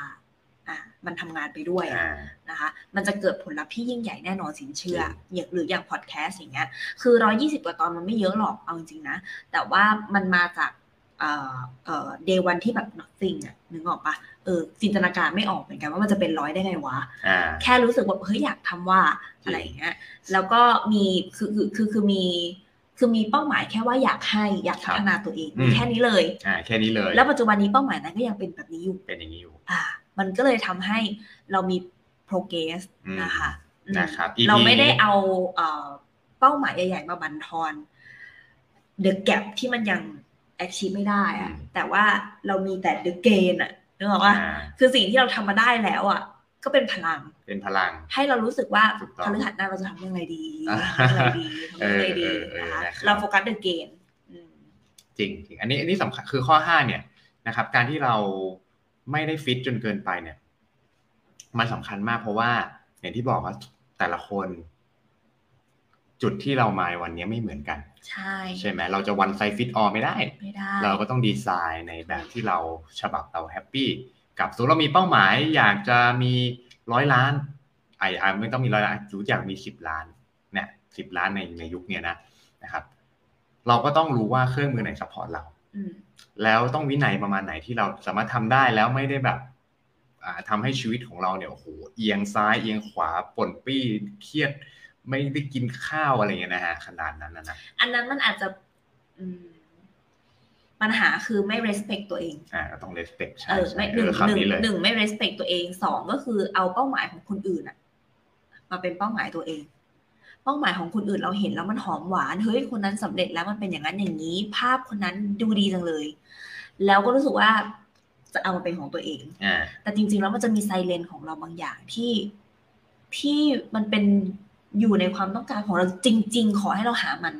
Speaker 2: อ่ะ มันทำงานไปด้วยอะ
Speaker 1: อ่า
Speaker 2: นะคะ มันจะเกิดผลลัพธ์ที่ยิ่งใหญ่แน่นอนสินเชื่อ
Speaker 1: จริง
Speaker 2: อย่างหรืออย่างพอดแคสต์อย่างเงี้ย คือ 120กว่าตอนมันไม่เยอะหรอก เอาจริงๆนะ แต่ว่ามันมาจากเอ่อเอ่อ day one ที่แบบ nothing อะนึกออกปะเออ จินตนาการไม่ออกเหมือนกันว่ามันจะเป็นร้อยได้ไงวะ
Speaker 1: อ่า
Speaker 2: แค่รู้สึกว่าเฮ้ยอยากทำว่า
Speaker 1: จริง
Speaker 2: อะไรอย่างเงี้ย แล้วก็มีคือคือคือคือมี คือมีเป้าหมายแค่ว่าอยากให้อยากพัฒนาตัวเองมีแค่นี้เลย
Speaker 1: อ่าแค่นี้เลย
Speaker 2: แล้วปัจจุบันนี้เป้าหมายนั้นก็ยังเป็นแบบนี้อยู่
Speaker 1: เป็นอย่างนี้อยู่
Speaker 2: อ่า มันก็เลยทำให้เรามี progress
Speaker 1: อืม
Speaker 2: นะคะอืม
Speaker 1: นะครับ EP
Speaker 2: เราไม่ได้เอาเอ่อเป้าหมายใหญ่ ๆ มาบันทอน the gap ที่มันยัง achieve ไม่ได้อะ
Speaker 1: อืม
Speaker 2: แต่ว่าเรามีแต่ the gain อะนึกออกว่า
Speaker 1: อ่า
Speaker 2: คือสิ่งที่เราทำมาได้แล้วอ่ะ ก็เป็นพลัง
Speaker 1: เป็นพลัง
Speaker 2: ให้เรารู้สึกว่า
Speaker 1: ถูกต้อง
Speaker 2: พฤหัสหน้าเราจะทำเรื่องอะไรดี
Speaker 1: อ่า
Speaker 2: ทำเรื่องอะไรดีทำเรื่องอะไรดี
Speaker 1: เออเออเออ
Speaker 2: นะคะ
Speaker 1: นะครับ
Speaker 2: เราโฟกัส the gain อืม
Speaker 1: จริงจริงอันนี้อันนี้สำคัญคือข้อห้าเนี่ยนะครับ การที่เราไม่ได้ฟิตจนเกินไปเนี่ย มันสำคัญมากเพราะว่า อย่างที่บอกว่าแต่ละคน จุดที่เรามาวันนี้ไม่เหมือนกัน
Speaker 2: ใช่
Speaker 1: ใช่ไหมเราจะวันไซฟิตออไม่ได้
Speaker 2: ไม่ได้
Speaker 1: เราก็ต้องดีไซน์ในแบบที่เราฉบับเราแฮปปี้กับสมมติเรามีเป้าหมาย อยากจะมีร้อยล้านไอ้อ่ะไม่ต้องมีร้อยล้านรู้อยากมีสิบล้านเนี่ยสิบล้านในในยุคเนี้ยนะนะครับ เราก็ต้องรู้ว่าเครื่องมือไหนซัพพอร์ตเรา
Speaker 2: อืม
Speaker 1: แล้วต้องวินัยประมาณไหนที่เราสามารถทำได้แล้วไม่ได้แบบอ่าทำาให้ชีวิตของเราเนี่ยโอ้โหเอียงซ้ายเอียงขวาป่นปี้เครียดไม่ได้กินข้าวอะไรเงี้ยนะฮะขนาดนั้นนะนะ
Speaker 2: อันนั้นมันอาจจะอืมปัญหาคือไม่ respect ตัวเอง
Speaker 1: อ่าก็ต้องเลสเปคใช่
Speaker 2: เออ
Speaker 1: ใช่
Speaker 2: ไม่ห
Speaker 1: เอ
Speaker 2: นึ่ง
Speaker 1: อ
Speaker 2: ห
Speaker 1: คำ
Speaker 2: นึ่ง
Speaker 1: นี้เลย
Speaker 2: หนึ่งไม่ respect ตัวเองสองก็คือเอาเป้าหมายของคนอื่นอะมาเป็นเป้าหมายตัวเอง เป้าหมายของคนอื่นเราเห็นแล้วมันหอมหวานเฮ้ยคนนั้นสำเร็จแล้วมันเป็นอย่างนั้นอย่างนี้ ภาพคนนั้นดูดีจังเลย แล้วก็รู้สึกว่าจะเอามาเป็นของตัวเอง
Speaker 1: อ่า
Speaker 2: แต่จริงๆแล้วมันจะมีไซเลนของเราบางอย่างที่ที่มันเป็นอยู่ในความต้องการของเราจริง ๆ ขอให้เราหามัน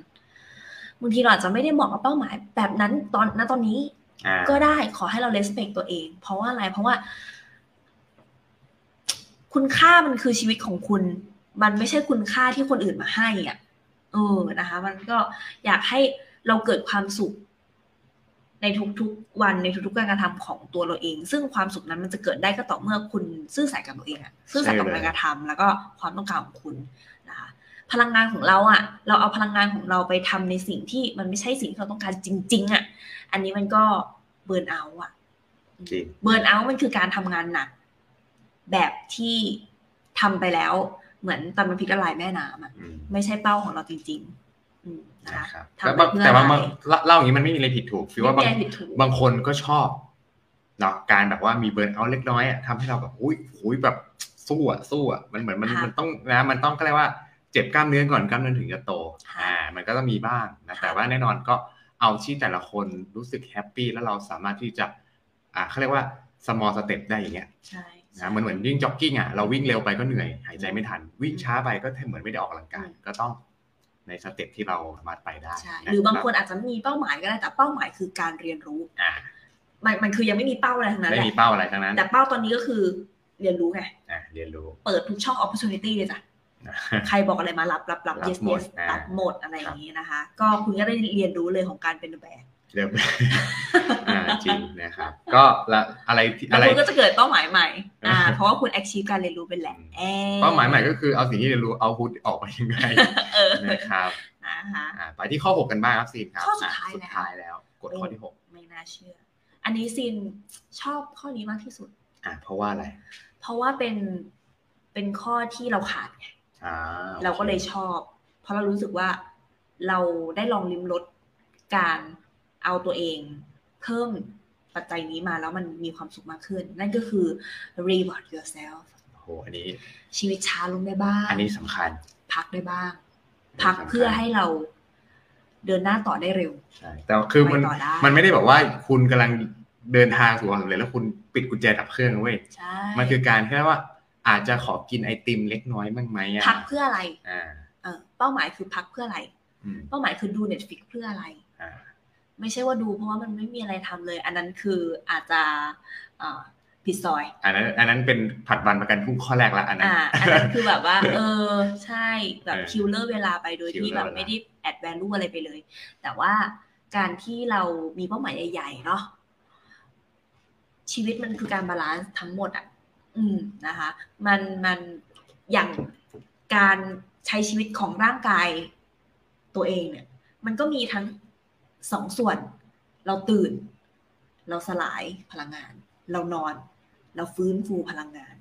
Speaker 2: บางทีเราอาจจะไม่ได้เหมาะกับเป้าหมายแบบนั้นตอนณตอนนี้
Speaker 1: อ่า
Speaker 2: ก็ได้ขอให้เราเลสเ c กตัวเอง เพราะว่าอะไรเพราะว่า คุณค่ามันคือชีวิตของคุณ มันไม่ใช่คุณค่าที่คนอื่นมาให้อ่ะเออนะคะ มันก็อยากให้เราเกิดความสุข ในทุกๆวันในทุกๆการกระทำของตัวเราเอง ซึ่งความสุขนั้นมันจะเกิดได้ก็ต่อเมื่อคุณซื่อสัตย์กับตัวเองอะซื่อสัตย์กับ
Speaker 1: ใช่เลย
Speaker 2: การกระทำแล้วก็ความต้องการของคุณนะคะ พลังงานของเราอะเราเอาพลังงานของเราไปทำในสิ่งที่มันไม่ใช่สิ่งที่เราต้องการจริง ๆอะอันนี้มันก็เบิร์นเอาท์อะ
Speaker 1: จริง
Speaker 2: เบิร์นเอาท์มันคือการทำงานหนัก แบบที่ทำไปแล้ว เหมือนตำมันพริกละลายแม่น้ำอะ
Speaker 1: อืม
Speaker 2: ไม่ใช่เป้าของเราจริง ๆ อืมนะ
Speaker 1: นะคะ ครับ
Speaker 2: ทำ
Speaker 1: แต่
Speaker 2: ไป
Speaker 1: ว่า
Speaker 2: เพื่อ
Speaker 1: แต่
Speaker 2: อะ
Speaker 1: ว่า
Speaker 2: ไร
Speaker 1: มันเล่าเล่าอย่างนี้มันไม่มีอะไรผิดถูกฟิลว่าบา
Speaker 2: ไม่
Speaker 1: ง
Speaker 2: แก้ผิดถูก
Speaker 1: บางคนก็ชอบเนาะการแบบว่ามีเบิร์นเอาท์เล็กน้อยอะทำให้เราแบบอุ้ยอุ้ยแบบสู้อะสู้อะมันเหมือนมัน
Speaker 2: ค่ะ
Speaker 1: มันต้องนะมันต้องก็เรียกว่าเจ็บกล้ามเนื้อก่อนกล้ามเนื้อถึงจะโต
Speaker 2: ค่ะ
Speaker 1: อ่ามันก็ต้องมีบ้างนะ
Speaker 2: ค่ะ
Speaker 1: แต่ว่าแน่นอนก็เอาที่แต่ละคนรู้สึกแฮปปี้แล้วเราสามารถที่จะอ่าเขาเรียกว่า small step ได้อย่างเงี้ย
Speaker 2: ใช่ใช่
Speaker 1: นะมันเหมือนวิ่งจ็อกกิ้งอ่ะเราวิ่งเร็วไปก็เหนื่อย หายใจไม่ทัน วิ่งช้าไปก็เหมือนไม่ได้ออกกำลังกาย
Speaker 2: อืม
Speaker 1: ก็ต้องในสเต็ปที่เราสามารถไปได้
Speaker 2: ใช่
Speaker 1: ะ
Speaker 2: หรือบางคน
Speaker 1: รั
Speaker 2: อาจจะมีเป้าหมายก็ได้แต่เป้าหมายคือการเรียนรู้
Speaker 1: อ่า
Speaker 2: มันมันคือยังไม่มีเป้าอะไรทั้งนั้น
Speaker 1: ไม่
Speaker 2: แหละ
Speaker 1: มีเป้าอะไรทั้งนั้น
Speaker 2: แต่เป้าตอนนี้ก็คือเรียนรู้ไง
Speaker 1: อ่ะเรียนรู้
Speaker 2: เปิดทุกช่อง opportunity เลยจ้ะ ใครบอกอะไรมารับรับรับ
Speaker 1: รับ
Speaker 2: yes
Speaker 1: หมด
Speaker 2: yes
Speaker 1: อ่า
Speaker 2: รับหมดอะไรอย่างนี้นะคะ ก็คุณก็ได้เรียนรู้เลยของการเป็นแบบ
Speaker 1: เริ่ม อ่าจริงนะครับ ก็ละอะไรที่
Speaker 2: แล้ว
Speaker 1: อะไร
Speaker 2: คุณก็จะเกิดเป้าหมาย ใหม่อ่าเพราะว่าคุณ achieve การเรียนรู้เป็นแหละเอ้
Speaker 1: เป้าหมายใหม่ก็คือเอาสิ่งที่เรียนรู้เอาพุทออกมายังไง
Speaker 2: เอ อ
Speaker 1: นะครับ
Speaker 2: นะคะ
Speaker 1: อ่าไปที่ข้อหกกันบ้างครับซีนครับ
Speaker 2: ข้อสุดท้าย
Speaker 1: ะสุด
Speaker 2: แล้ว
Speaker 1: ท้ายแล้ว กดข้อที่หก
Speaker 2: ไม่น่าเชื่อ อันนี้ซินชอบข้อนี้มากที่สุด
Speaker 1: อ่าเพราะว่าอะไร
Speaker 2: เพราะว่าเป็นเป็นข้อที่เราขาดไง
Speaker 1: อ่าโอค
Speaker 2: เราก็เลยชอบ เพราะเรารู้สึกว่าเราได้ลองลิ้มรสการเอาตัวเองเพิ่มปัจจัยนี้มาแล้วมันมีความสุขมากขึ้น นั่นก็คือ reward yourself
Speaker 1: โอ้โหอันนี้
Speaker 2: ชีวิตช้าลงได้บ้าง
Speaker 1: อันนี้สำคัญ
Speaker 2: พักได้บ้าง พักเพื่อให้เราเดินหน้าต่อได้เร็ว
Speaker 1: ใช่แต่คือมัน
Speaker 2: ไปต่อได้
Speaker 1: มันไม่ได้แบบว่าคุณกำลังเดินทางสู่ความสำเร็จแล้วคุณปิดกุญแจดับเครื่องเว้ย
Speaker 2: ใช่
Speaker 1: มันคือการแค่ว่าอาจจะขอกินไอติมเล็กน้อยบ้างไหมอ่ะ
Speaker 2: พักเพื่ออะไร
Speaker 1: อ่า
Speaker 2: เออเป้าหมายคือพักเพื่ออะไร
Speaker 1: อืม
Speaker 2: เป้าหมายคือดู Netflix เพื่ออะไร
Speaker 1: อ่า
Speaker 2: ไม่ใช่ว่าดูเพราะว่ามันไม่มีอะไรทำเลย อันนั้นคืออาจจะเอ่อผิดซอย
Speaker 1: อันนั้นอันนั้นเป็นผัดบันประกันพรุ่งข้อแรกละอันนั้น
Speaker 2: อ่า อันนั้นคือแบบ ว่า เออ ใช่แบบ
Speaker 1: เออ
Speaker 2: คิวเลอร์เวลาไปโดยที่
Speaker 1: killer
Speaker 2: แบบ
Speaker 1: เวลา
Speaker 2: ไม่ได้แอดแวลูอะไรไปเลย แต่ว่าการที่เรามีเป้าหมายใหญ่ๆเนาะชีวิตมันคือการบาลานซ์ทั้งหมดอ่ะ อืมนะคะ มันมันอย่างการใช้ชีวิตของร่างกายตัวเองเนี่ย มันก็มีทั้งสองส่วน เราตื่น เราสลายพลังงาน เรานอน เราฟื้นฟูพลังงาน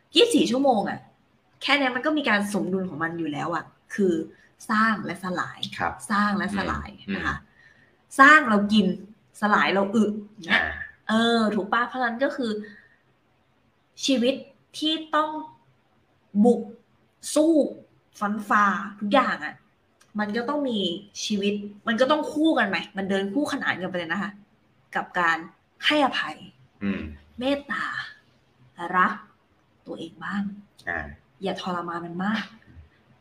Speaker 2: 24ชั่วโมงอะ่ะ แค่เนี้ยมันก็มีการสมดุลของมันอยู่แล้วอะ่ะ คือสร้างและสลาย
Speaker 1: ครับ
Speaker 2: สร้างและสลายนะคะ
Speaker 1: อื
Speaker 2: สร้างเรากิน สลายเราอึเนี่ย
Speaker 1: อ่า
Speaker 2: เออ ถูกป่ะเพราะฉะนั้นก็คือ ชีวิตที่ต้องบุกสู้ฟันฝ่าทุกอย่างอะ่ะ มันก็ต้องมีชีวิต มันก็ต้องคู่กันไหมมันเดินคู่ขนานกันไปเลยนะคะ กับการให้อภัย
Speaker 1: อืม
Speaker 2: เมตตา รัก ตัวเองบ้าง
Speaker 1: อ่า
Speaker 2: อย่าทรมานมันมาก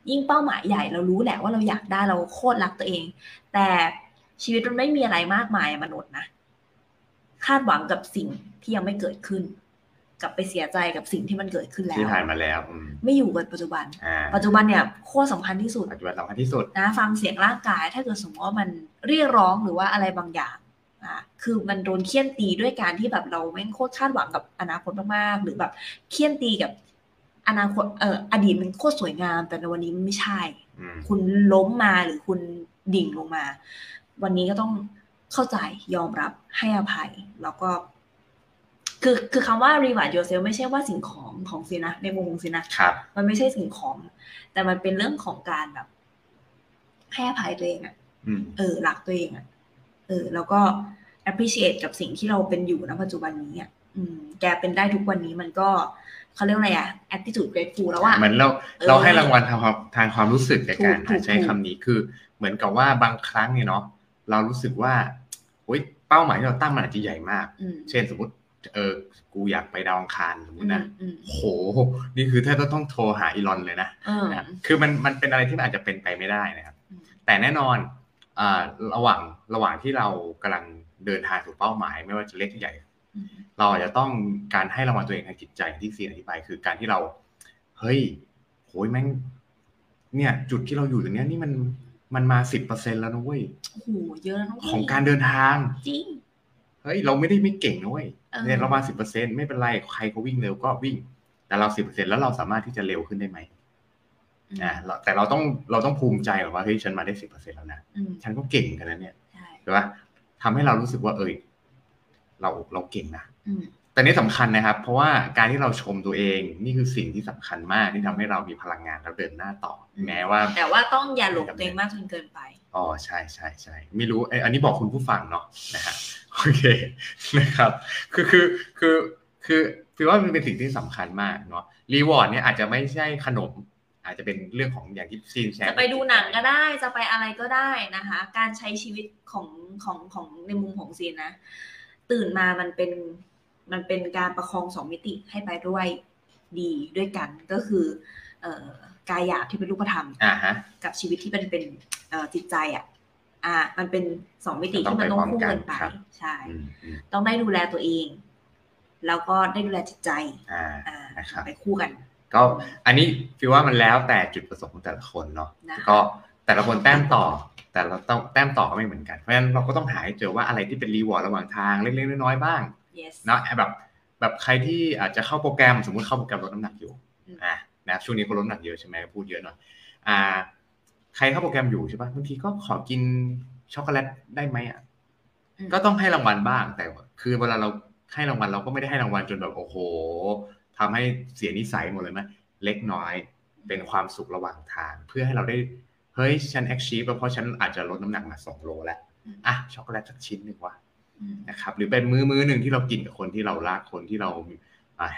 Speaker 2: ยิ่งเป้าหมายใหญ่เรารู้แหละว่าเราอยากได้เราโคตรรักตัวเอง แต่ชีวิตมันไม่มีอะไรมากมายอะมนุษย์นะ คาดหวังกับสิ่งที่ยังไม่เกิดขึ้น กลับไปเสียใจกับสิ่งที่มันเกิดขึ้นแล้
Speaker 1: ที่
Speaker 2: ว
Speaker 1: ผ่านมาแล้วอืม
Speaker 2: ไม่อยู่กับปัจจุบัน
Speaker 1: อ่า
Speaker 2: ปัจจุบันเนี่ยโคตรสำคัญที่สุด
Speaker 1: ปัจจุบันสำคัญที่สุด
Speaker 2: นะฟังเสียงร่างกาย ถ้าเกิดสมมติว่ามันเรียกร้องหรือว่าอะไรบางอย่างอ่ะคือมันโดนเคี่ยนตีด้วยการที่แบบเราแม่งโคตรคาดหวังกับอนาคตมากๆหรือแบบเคี่ยนตีกับอนาคตเอออดีตมันโคตรสวยงาม แต่ในวันนี้มันไม่ใช่
Speaker 1: อืม
Speaker 2: คุณล้มมาหรือคุณดิ่งลงมา วันนี้ก็ต้องเข้าใจยอมรับให้อภัย แล้วก็ คือคือคำว่า reward yourself ไม่ใช่ว่าสิ่งของของสินะในมุมของสินะ
Speaker 1: ครับ
Speaker 2: มันไม่ใช่สิ่งของ แต่มันเป็นเรื่องของการแบบให้อภัยตัวเองอะ
Speaker 1: อืม
Speaker 2: เออรักตัวเองอะเออ แล้วก็ appreciate กับสิ่งที่เราเป็นอยู่ณปัจจุบันนี้อะอืม แกเป็นได้ทุกวันนี้มันก็เขาเรียกอะไรอะ attitude grateful แล้วอะ
Speaker 1: เหมือนเรา
Speaker 2: เออ
Speaker 1: เราให้รางวัลทางความทางความรู้สึกในการ
Speaker 2: ถูกถูก
Speaker 1: ใช้
Speaker 2: ถูก
Speaker 1: คำนี้คือ เหมือนกับว่าบางครั้งเนี่ยเนาะเรารู้สึกว่าโอ๊ยเป้าหมายที่เราตั้งมันอาจจะใหญ่มาก
Speaker 2: อืม
Speaker 1: เช่นสมมติ เออ กูอยากไปดาวอังคารสมม
Speaker 2: อื
Speaker 1: ติ
Speaker 2: ม
Speaker 1: นะ
Speaker 2: อืม
Speaker 1: โห นี่คือถ้าต้องโทรหาอีลอนเลยนะ
Speaker 2: เออ
Speaker 1: นะครับคือมันมันเป็นอะไรที่มันอาจจะเป็นไปไม่ได้นะครับ
Speaker 2: อืม
Speaker 1: แต่แน่นอนอ่าระหว่างระหว่างที่เรากำลังเดินทางสู่เป้าหมาย ไม่ว่าจะเล็กหรือใหญ่
Speaker 2: อืม
Speaker 1: เราอาจจะต้องการให้รางวัลตัวเองทางจิตใจอย่างที่ซีนอธิบายคือการที่เรา เฮ้ยโหยแม่งเนี่ย จุดที่เราอยู่ตรงเนี้ยนี่มันมันมาสิบเปอร์เซ็นแล้วนะเว้ย
Speaker 2: โอ้โหเยอะนะเว้ย
Speaker 1: ของการเดินทาง
Speaker 2: จริง
Speaker 1: เฮ้ยเราไม่ได้ไม่เก่งนะเว้ย
Speaker 2: ออ
Speaker 1: เนี่ยเรามาสิบเปอร์เซ็นไม่เป็นไรใครเขาวิ่งเร็วก็วิ่ง แต่เราสิบเปอร์เซ็นแล้วเราสามารถที่จะเร็วขึ้นได้ไหมนะเราแต่เราต้องเราต้องภูมิใจแบบว่าเฮ้ยฉันมาได้สิบเปอร์เซ็นแล้วนะ
Speaker 2: อืม
Speaker 1: ฉันก็เก่งขนาดเนี้ย
Speaker 2: ใช่
Speaker 1: ใช่ปะทำให้เรารู้สึกว่าเอยเราเราเก่งนะ
Speaker 2: อืม
Speaker 1: แต่นี่สำคัญนะครับ เพราะว่าการที่เราชมตัวเองนี่คือสิ่งที่สำคัญมากที่ทำให้เรามีพลังงานแล้วเดินหน้าต่อ แม้ว่า
Speaker 2: แต่ว่าต้องอย่าหลงตัวเองมากจนเกินไป
Speaker 1: อ๋อใช่ใช่ใช่ไม่รู้เอ้ยอันนี้บอกคุณผู้ฟังเนาะนะฮ ะโอเคนะครับ คือคือคือคือคือว่ามันเป็นสิ่งที่สำคัญมากเนาะรีวอร์ดเนี่ยอาจจะไม่ใช่ขนม อาจจะเป็นเรื่องของอย่างที่ซีนแชร์
Speaker 2: จะไปดูหนังก็ได้จะไปอะไรก็ได้นะคะ การใช้ชีวิตของของของในมุมของซีนนะ ตื่นมามันเป็นมันเป็นการประคองสองมิติให้ไปด้วยดีด้วยกันก็คือเอ่อกายหยาบที่เป็นรูปธรรม
Speaker 1: อ่าฮะ
Speaker 2: กับชีวิตที่เป็นเป็นเอ่อจิตใจอ่ะอ่ะมันเป็นสองมิติ
Speaker 1: ต้อง
Speaker 2: ที่มันต้องคู่กัน
Speaker 1: ไปพร้อม
Speaker 2: ไป
Speaker 1: กันครับ
Speaker 2: ใช่
Speaker 1: อืมอืม
Speaker 2: ต้องได้ดูแลตัวเอง แล้วก็ได้ดูแลจิตใจ
Speaker 1: อ่า
Speaker 2: อ่า
Speaker 1: นะครับ
Speaker 2: ไปคู่กัน
Speaker 1: ก็อันนี้ฟิวว่ามันแล้วแต่จุดประสงค์ของแต่ละคนเนาะ
Speaker 2: นะคะ
Speaker 1: ก็แต่ละคนแต้มต่อ แต่เราต้องแต้มต่อก็ไม่เหมือนกันเพราะฉะนั้นเราก็ต้องหาให้เจอว่าอะไรที่เป็นรีวอร์ดระหว่างทางเล็กๆน้อยๆบ้าง
Speaker 2: yes
Speaker 1: เนาะแบบแบบใครที่อาจจะเข้าโปรแกรมสมมติเข้าโปรแกรมลดน้ำหนักอยู่
Speaker 2: อืม
Speaker 1: อ่ะนะครับช่วงนี้คนลดน้ำหนักเยอะใช่ไหมพูดเยอะหน่อยอ่า ใครเข้าโปรแกรมอยู่ใช่ปะบางทีก็ขอกินช็อกโกแลตได้ไหมอ่ะ
Speaker 2: อืม
Speaker 1: ก็ต้องให้รางวัลบ้างแต่ว่าคือเวลาเราให้รางวัลเราก็ไม่ได้ให้รางวัลจนแบบโอ้โหทำให้เสียนิสัยหมดเลยไหมเล็กน้อยเป็นความสุขระหว่างทาง เพื่อให้เราได้เฮ้ยฉันแอคชีพเพราะฉันอาจจะลดน้ำหนักมาสองโลแล้วอ่ะช็อกโกแลตสักชิ้นหนึ่งวะ
Speaker 2: อืม
Speaker 1: นะครับหรือเป็นมื้อมื้อหนึ่งที่เรากินกับคนที่เรารักคนที่เรา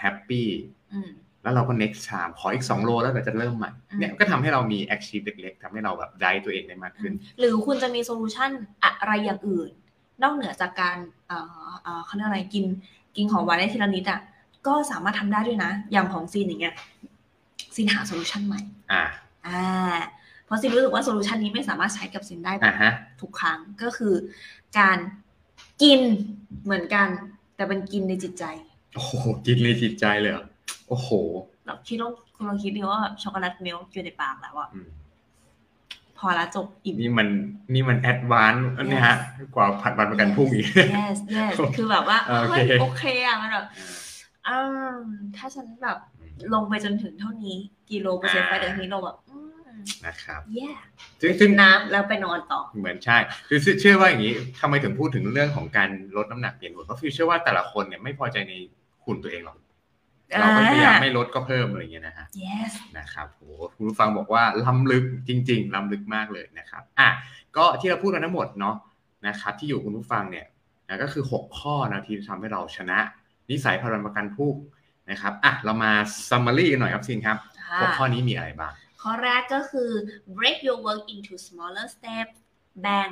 Speaker 1: แฮปปี้
Speaker 2: อืม
Speaker 1: แล้วเราก็ next time ขออีก 2 โลแล้วเดี๋ยวจะเริ่มใหม่
Speaker 2: อืม
Speaker 1: เนี่ยก็ทำให้เรามี achieve เล็กๆทำให้เราแบบได้ตัวเองได้มากขึ้น
Speaker 2: หรือคุณจะมีโซลูชันอะไรอย่างอื่น นอกเหนือจากการเอ่อเอ่อเขาเรียกอะไรกินกินของหวานได้ทีละนิดอ่ะก็สามารถทำได้ด้วยนะ อย่างของซีนอย่างเงี้ยซีนหาโซลูชันใหม่
Speaker 1: อ่า
Speaker 2: อ่าเพราะซีนรู้สึกว่าโซลูชันนี้ไม่สามารถใช้กับซีนได้
Speaker 1: อ่าฮะ
Speaker 2: ทุกครั้งก็คือการกินเหมือนกัน แต่เป็นกินในจิตใจ
Speaker 1: โอ้โหกินในจิตใจเลยเหรอโอ้โห
Speaker 2: เราคิดลองคุณลองคิดดูว่าช็อกโกแลตเมลค์อยู่ในปากแล้วอะ
Speaker 1: อืม
Speaker 2: พอละจบอิ่ม
Speaker 1: นี่มันนี่มันแอดวานซ์นะฮะกว่าผัดวันประกันพรุ่งอีก
Speaker 2: yes yes คือแบบว่า
Speaker 1: โอเค
Speaker 2: เฮ้ยโอเคอะมันแบบ อืมถ้าฉันแบบลงไปจนถึงเท่านี้ กิโลเปอร์เซ็นต์ไปแต่ทีนี้ลงแบบอืม
Speaker 1: นะครับ
Speaker 2: แย่
Speaker 1: ซึ่งซึ่ง
Speaker 2: น้ำแล้วไปนอนต่อ
Speaker 1: เหมือนใช่คือเชื่อเชื่อว่าอย่างนี้ทำไมถึงพูดถึงเรื่องของการลดน้ำหนักเปลี่ยนหุ่นเพราะฟิวเชื่อว่าแต่ละคนเนี่ยไม่พอใจในหุ่นตัวเองหรอก
Speaker 2: อ่า
Speaker 1: เราก็พยายามไม่ลดก็เพิ่มอะไรอย่างเงี้ยนะฮะ
Speaker 2: yes
Speaker 1: นะครับโหคุณผู้ฟังบอกว่าล้ำลึกจริง ๆล้ำลึกมากเลยนะครับอ่ะก็ที่เราพูดมาทั้งหมดเนาะนะครับที่อยู่คุณผู้ฟังเนี่ยนะก็คือ 6 ข้อนะที่ทำให้เราชนะ นิสัยพลันประกันพรุ่ง นะครับอ่ะเรามา summary กันหน่อยครับซินครับ
Speaker 2: ค่ะ
Speaker 1: หัวข้อนี้มีอะไรบ้าง
Speaker 2: ข้อแรกก็คือ break your work into smaller steps แบ่ง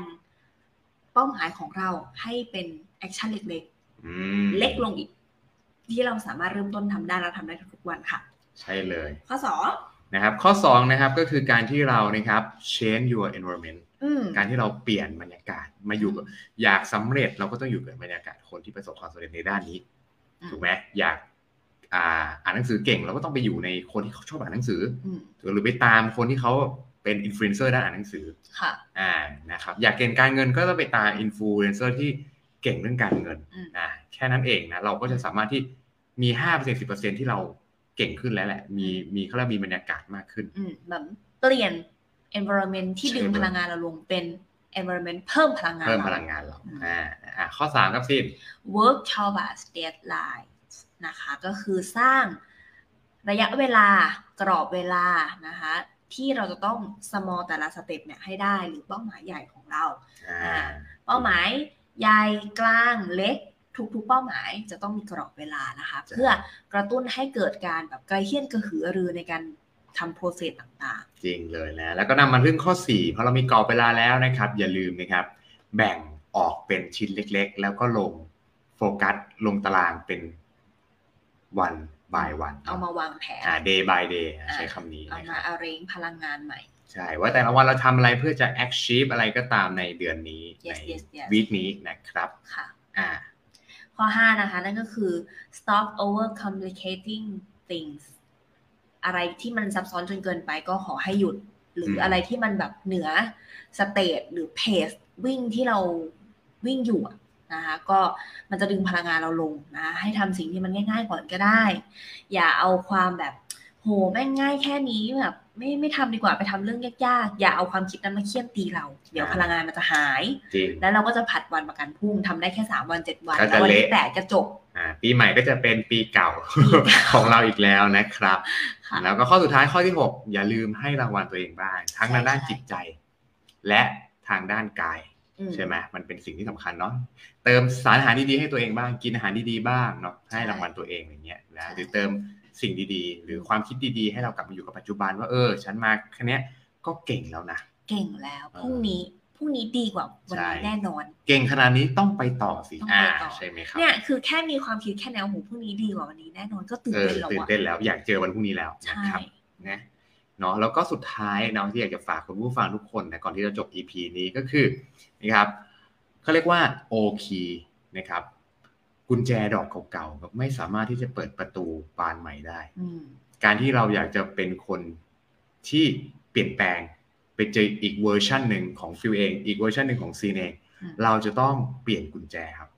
Speaker 2: เป้าหมายของเราให้เป็นแอคชั่นเล็ก
Speaker 1: อืม
Speaker 2: ๆ เล็กลงอีก ที่เราสามารถเริ่มต้นทำได้เราทำได้ทุกๆวันค่ะ
Speaker 1: ใช่เลย
Speaker 2: ข้อสอง
Speaker 1: นะครับข้อ2นะครับก็คือการที่เรานะครับ change your environment
Speaker 2: อืม
Speaker 1: การที่เราเปลี่ยนบรรยากาศมาอยู่กับอยากสำเร็จเราก็ต้องอยู่กับบรรยากาศคนที่ประสบความสำเร็จในด้านนี้
Speaker 2: อืม
Speaker 1: ถูกไหมอยากอ่าอ่านหนังสือเก่ง เราก็ต้องไปอยู่ในคนที่เขาชอบอ่านหนังสือ
Speaker 2: อืม
Speaker 1: หรือไปตามคนที่เขาเป็นอินฟลูเอนเซอร์ด้านอ่านหนังสือ
Speaker 2: ค่ะ
Speaker 1: อ่านะครับอยากเก่งการเงินก็ต้องไปตามอินฟลูเอนเซอร์ที่เก่งเรื่องการเงิน
Speaker 2: อืม
Speaker 1: นะแค่นั้นเองนะเราก็จะสามารถที่มี5% 10%ที่เราเก่งขึ้นแล้วแหละ มีมีเขาเรียกว่ามีบรรยากาศมากขึ้น
Speaker 2: อืมแบบเปลี่ยน environment ที่
Speaker 1: ใช่
Speaker 2: ดึง
Speaker 1: เลย
Speaker 2: พลังงานเราลงเป็น environment เพิ่มพลังงาน
Speaker 1: เพิ่ม
Speaker 2: เรา
Speaker 1: พลังงานเรา
Speaker 2: อืม
Speaker 1: อ่าอ่าข้อสามครับซิน
Speaker 2: work towards deadlines นะคะ ก็คือสร้างระยะเวลากรอบเวลานะคะ ที่เราจะต้อง small แต่ละสเต็ปเนี่ยให้ได้หรือเป้าหมายใหญ่ของเรา
Speaker 1: อ่า
Speaker 2: เป้าหมายใหญ่กลางเล็ก ทุกๆ เป้าหมายจะต้องมีกรอบเวลานะคะ
Speaker 1: ใช่
Speaker 2: เพื่อกระตุ้นให้เกิดการแบบกระเฮี้ยนกระหือรือในการทำโปรเซสต่าง
Speaker 1: จริงเลยนะแล้วก็นำมาเรื่องข้อ4พอเรามีกรอบเวลาแล้วนะครับ อย่าลืมนะครับ แบ่งออกเป็นชิ้นเล็กๆ แล้วก็ลงโฟกัสลงตารางเป็นวันบายวัน
Speaker 2: ๆ เอามาวางแผน
Speaker 1: อ่า day by day อ่ะ
Speaker 2: อ่า
Speaker 1: ใช้คำนี้
Speaker 2: เอา
Speaker 1: นะค
Speaker 2: มา
Speaker 1: รับ
Speaker 2: อาเรงพลังงานใหม่
Speaker 1: ใช่ว่าแต่ละวันเราทำอะไรเพื่อจะ achieve อะไรก็ตามในเดือนนี้
Speaker 2: Yes,
Speaker 1: ใน
Speaker 2: yes, yes
Speaker 1: วีคนี้นะครับ
Speaker 2: ค่ะ
Speaker 1: อ่า
Speaker 2: ข้อ 5 นะคะ นั่นก็คือ stop over complicating things อะไรที่มันซับซ้อนจนเกินไปก็ขอให้หยุด หรืออะไรที่มันแบบเหนือสเตจหรือเพสวิ่งที่เราวิ่งอยู่อะนะคะก็มันจะดึงพลังงานเราลงนะให้ทำสิ่งที่มันง่ายๆก่อนก็ได้ อย่าเอาความแบบโหแม่งง่ายแค่นี้แบบไม่ไม่ทำดีกว่าไปทำเรื่องยากๆ อย่าเอาความคิดนั้นมาเคี่ยนตีเรา เดี๋ยวพลังงานมันจะหาย
Speaker 1: จริง
Speaker 2: แล้วเราก็จะผัดวันประกันพรุ่งทำได้แค่สามวันเจ็ดวัน
Speaker 1: ก็จะ
Speaker 2: แล้ววัที่
Speaker 1: เละ
Speaker 2: แปดจะจบ
Speaker 1: อ่าปีใหม่ก็จะเป็นปีเก่า
Speaker 2: ปีเก่า
Speaker 1: ของเราอีกแล้วนะครับ
Speaker 2: ค่ะ
Speaker 1: แล้วก็ข้อสุดท้ายข้อที่ 6 อย่าลืมให้รางวัลตัวเองบ้าง ทั้ง
Speaker 2: ใช่
Speaker 1: ทางด้าน
Speaker 2: ใช่
Speaker 1: จิตใจ และทางด้านกาย
Speaker 2: อื
Speaker 1: ใช่ไหมมันเป็นสิ่งที่สำคัญเนาะเติมสารอาหารดีๆให้ตัวเองบ้างกินอาหารดีๆบ้างเนาะให้รางวัลตัวเองอย่างเงี้ยนะหรือเติมสิ่งดีๆ หรือความคิดดีๆ ให้เรากลับมาอยู่กับปัจจุบันว่าเออ ฉันมาแค่เนี้ยก็เก่งแล้วนะ
Speaker 2: เก่งแล้วพรุ่งนี้พรุ่งนี้ดีกว่าวันนี้
Speaker 1: ใช่
Speaker 2: แน่นอน
Speaker 1: เก่งขนาดนี้ต้องไปต่อสิ
Speaker 2: ต้อง
Speaker 1: อ่า
Speaker 2: ไปต่อ
Speaker 1: ใช่ไหมครับ
Speaker 2: เนี่ยคือแค่มีความคิดแค่แนวโหูพรุ่งนี้ดีกว่าวันนี้แน่นอนก็ตื่น
Speaker 1: เออ
Speaker 2: เต้นแล้ว
Speaker 1: ตื่น
Speaker 2: อะ
Speaker 1: เต้นแล้วอยากเจอวันพรุ่งนี้แล้วนะ
Speaker 2: ใช่
Speaker 1: ครับ นะเนาะแล้วก็สุดท้ายเนาะที่อยากจะฝากคุณผู้ฟังทุกคนนะก่อนที่จะจบ EP นี้ก็คือนะครับเขาเรียกว่าโอคีนะครับกุญแจดอกเก่าๆแบบไม่สามารถที่จะเปิดประตูบานใหม่ได้
Speaker 2: อืม
Speaker 1: การที่เราอยากจะเป็นคนที่เปลี่ยนแปลงไปเจออีกเวอร์ชันหนึ่งของฟิวเอง อีกเวอร์ชันหนึ่งของซีนเอง
Speaker 2: อืม
Speaker 1: เราจะต้องเปลี่ยนกุญแจครับ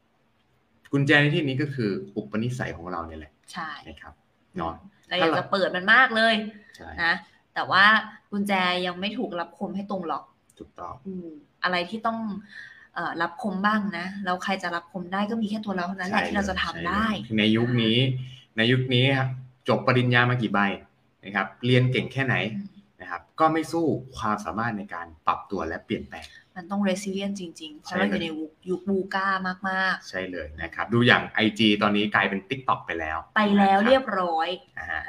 Speaker 1: กุญแจในที่นี้ก็คืออุปนิสัยของเราเนี่ยแหละ
Speaker 2: ใช่
Speaker 1: นะครับเนาะ
Speaker 2: เราอยา
Speaker 1: ถ้า
Speaker 2: ก
Speaker 1: เรา
Speaker 2: จะเปิดมันมากเลย
Speaker 1: ใช่
Speaker 2: นะแต่ว่ากุญแจยังไม่ถูกรับคมให้ตรงหรอก
Speaker 1: ถูกต้อง
Speaker 2: อืมอะไรที่ต้องเอ่อรับคมบ้างนะแล้วใครจะรับคมได้ก็มีแค่ตัวเราเท่านั้นแหละที่เราจะทำได้
Speaker 1: ใช่เลยในยุคนี้ ในยุคนี้ครับจบปริญญามากี่ใบนะครับ เรียนเก่งแค่ไหนนะครับ ก็ไม่สู้ความสามารถในการปรับตัวและเปลี่ยนแปลง
Speaker 2: มันต้อง resilient จริงๆ เพ
Speaker 1: ใช่
Speaker 2: ราะเราอ
Speaker 1: เลย
Speaker 2: ยู่ในยุคยุคบูก้ามาก
Speaker 1: ใช่เลยนะครับ ดูอย่าง IG ตอนนี้กลายเป็น Tik t o k ไปแล้ว
Speaker 2: ๆ ไปแล้วเรียบ
Speaker 1: นะค
Speaker 2: ร้อย
Speaker 1: อ่าฮะ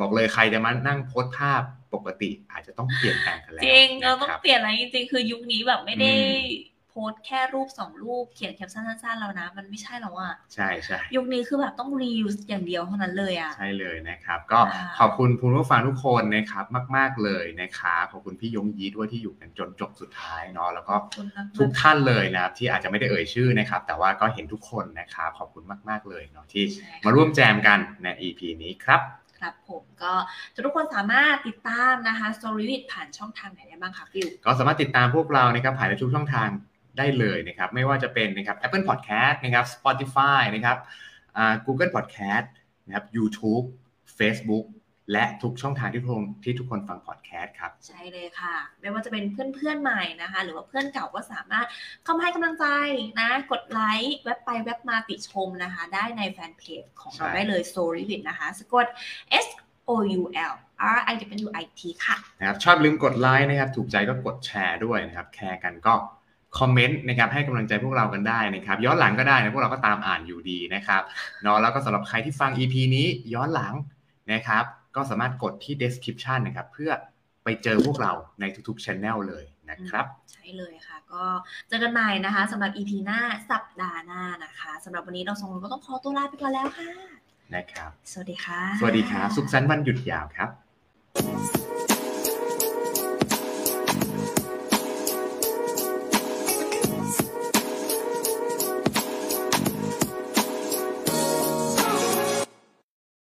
Speaker 1: บอกเลยใครจะมานั่งโพสต์ภาพปกติอาจจะต้องเปลี่ยนแปลงกันแล้ว
Speaker 2: จริง เราต้อ
Speaker 1: นะ
Speaker 2: ง
Speaker 1: ครับ
Speaker 2: เปลี่ยนอะไรจริงๆ คือยุคนี้แบบไม่ได้
Speaker 1: อื
Speaker 2: โพสต์แค่รูปสองรูปเขียนแคปชั่นสั้นๆแล้วนะ มันไม่ใช่แล้วอ่ะ
Speaker 1: ใช่ใช่
Speaker 2: ยุคนี้คือแบบต้อง reuse อย่างเดียวเท่านั้นเลยอ่ะ
Speaker 1: ใช่เลยนะครับ ก็
Speaker 2: อ่า
Speaker 1: ขอบคุณคุณผู้ฟังทุกคนนะครับมาก ๆเลยนะครับขอบคุณพี่ยงยีด้วยที่อยู่กันจนจบสุดท้ายเนาะแล้วก็
Speaker 2: ขอบคุณมากๆ
Speaker 1: ทุกท่านเลยนะครับที่อาจจะไม่ได้เอ่ยชื่อนะครับ แต่ว่าก็เห็นทุกคนนะครับขอบคุณมาก ๆ เลยเนาะที่
Speaker 2: ใช่ค่ะ
Speaker 1: มาร่วมแจมกันใน EP นี้ครับ
Speaker 2: ครับผมก็ทุกคนสามารถติดตามนะคะ Story with ผ่านช่องทางไหนได้บ้างคะฟิว
Speaker 1: ก็สามารถติดตามพวกเรานะครับผ่านในทุกช่องทางได้เลยนะครับ ไม่ว่าจะเป็นนะครับ Apple Podcast นะครับ Spotify นะครับอ่า Google Podcast นะครับ YouTube Facebook และทุกช่องทางที่ทุกคนที่ทุกคนฟัง podcast ครับ
Speaker 2: ใช่เลยค่ะ ไม่ว่าจะเป็นเพื่อนเพื่อนๆใหม่นะคะ หรือว่าเพื่อนเก่าก็สามารถเข้ามาให้กำลังใจนะ กดไลค์เว็บไปเว็บมาติชมนะคะ ได้ในแฟนเพจของเรา
Speaker 1: ใช่
Speaker 2: ได้เลย s o r i v i t นะคะ สะกด S O U L R I W I T ค่ะ
Speaker 1: นะครับชอบลืมกดไลค์นะครับ ถูกใจก็กดแชร์ด้วยนะครับ แชร์กันก็ คอมเมนต์ในการให้กำลังใจพวกเรากันได้นะครับ ย้อนหลังก็ได้นะพวกเราก็ตามอ่านอยู่ดีนะครับเนาะแล้วก็สำหรับใครที่ฟัง EP นี้ย้อนหลังนะครับ ก็สามารถกดที่ description นะครับ เพื่อไปเจอพวกเราในทุกๆ channel เลยนะครับ
Speaker 2: ใช่เลยค่ะ ก็เจอกันใหม่นะคะสำหรับ EP หน้าสัปดาห์หน้านะคะสำหรับวันนี้เราสองคนก็ต้องขอตัวลาไปก่อนแล้วค่ะ
Speaker 1: นะครับ
Speaker 2: สวัสดีค่ะ
Speaker 1: สวัสดีครับ สุขสันต์วันหยุดยาวครับ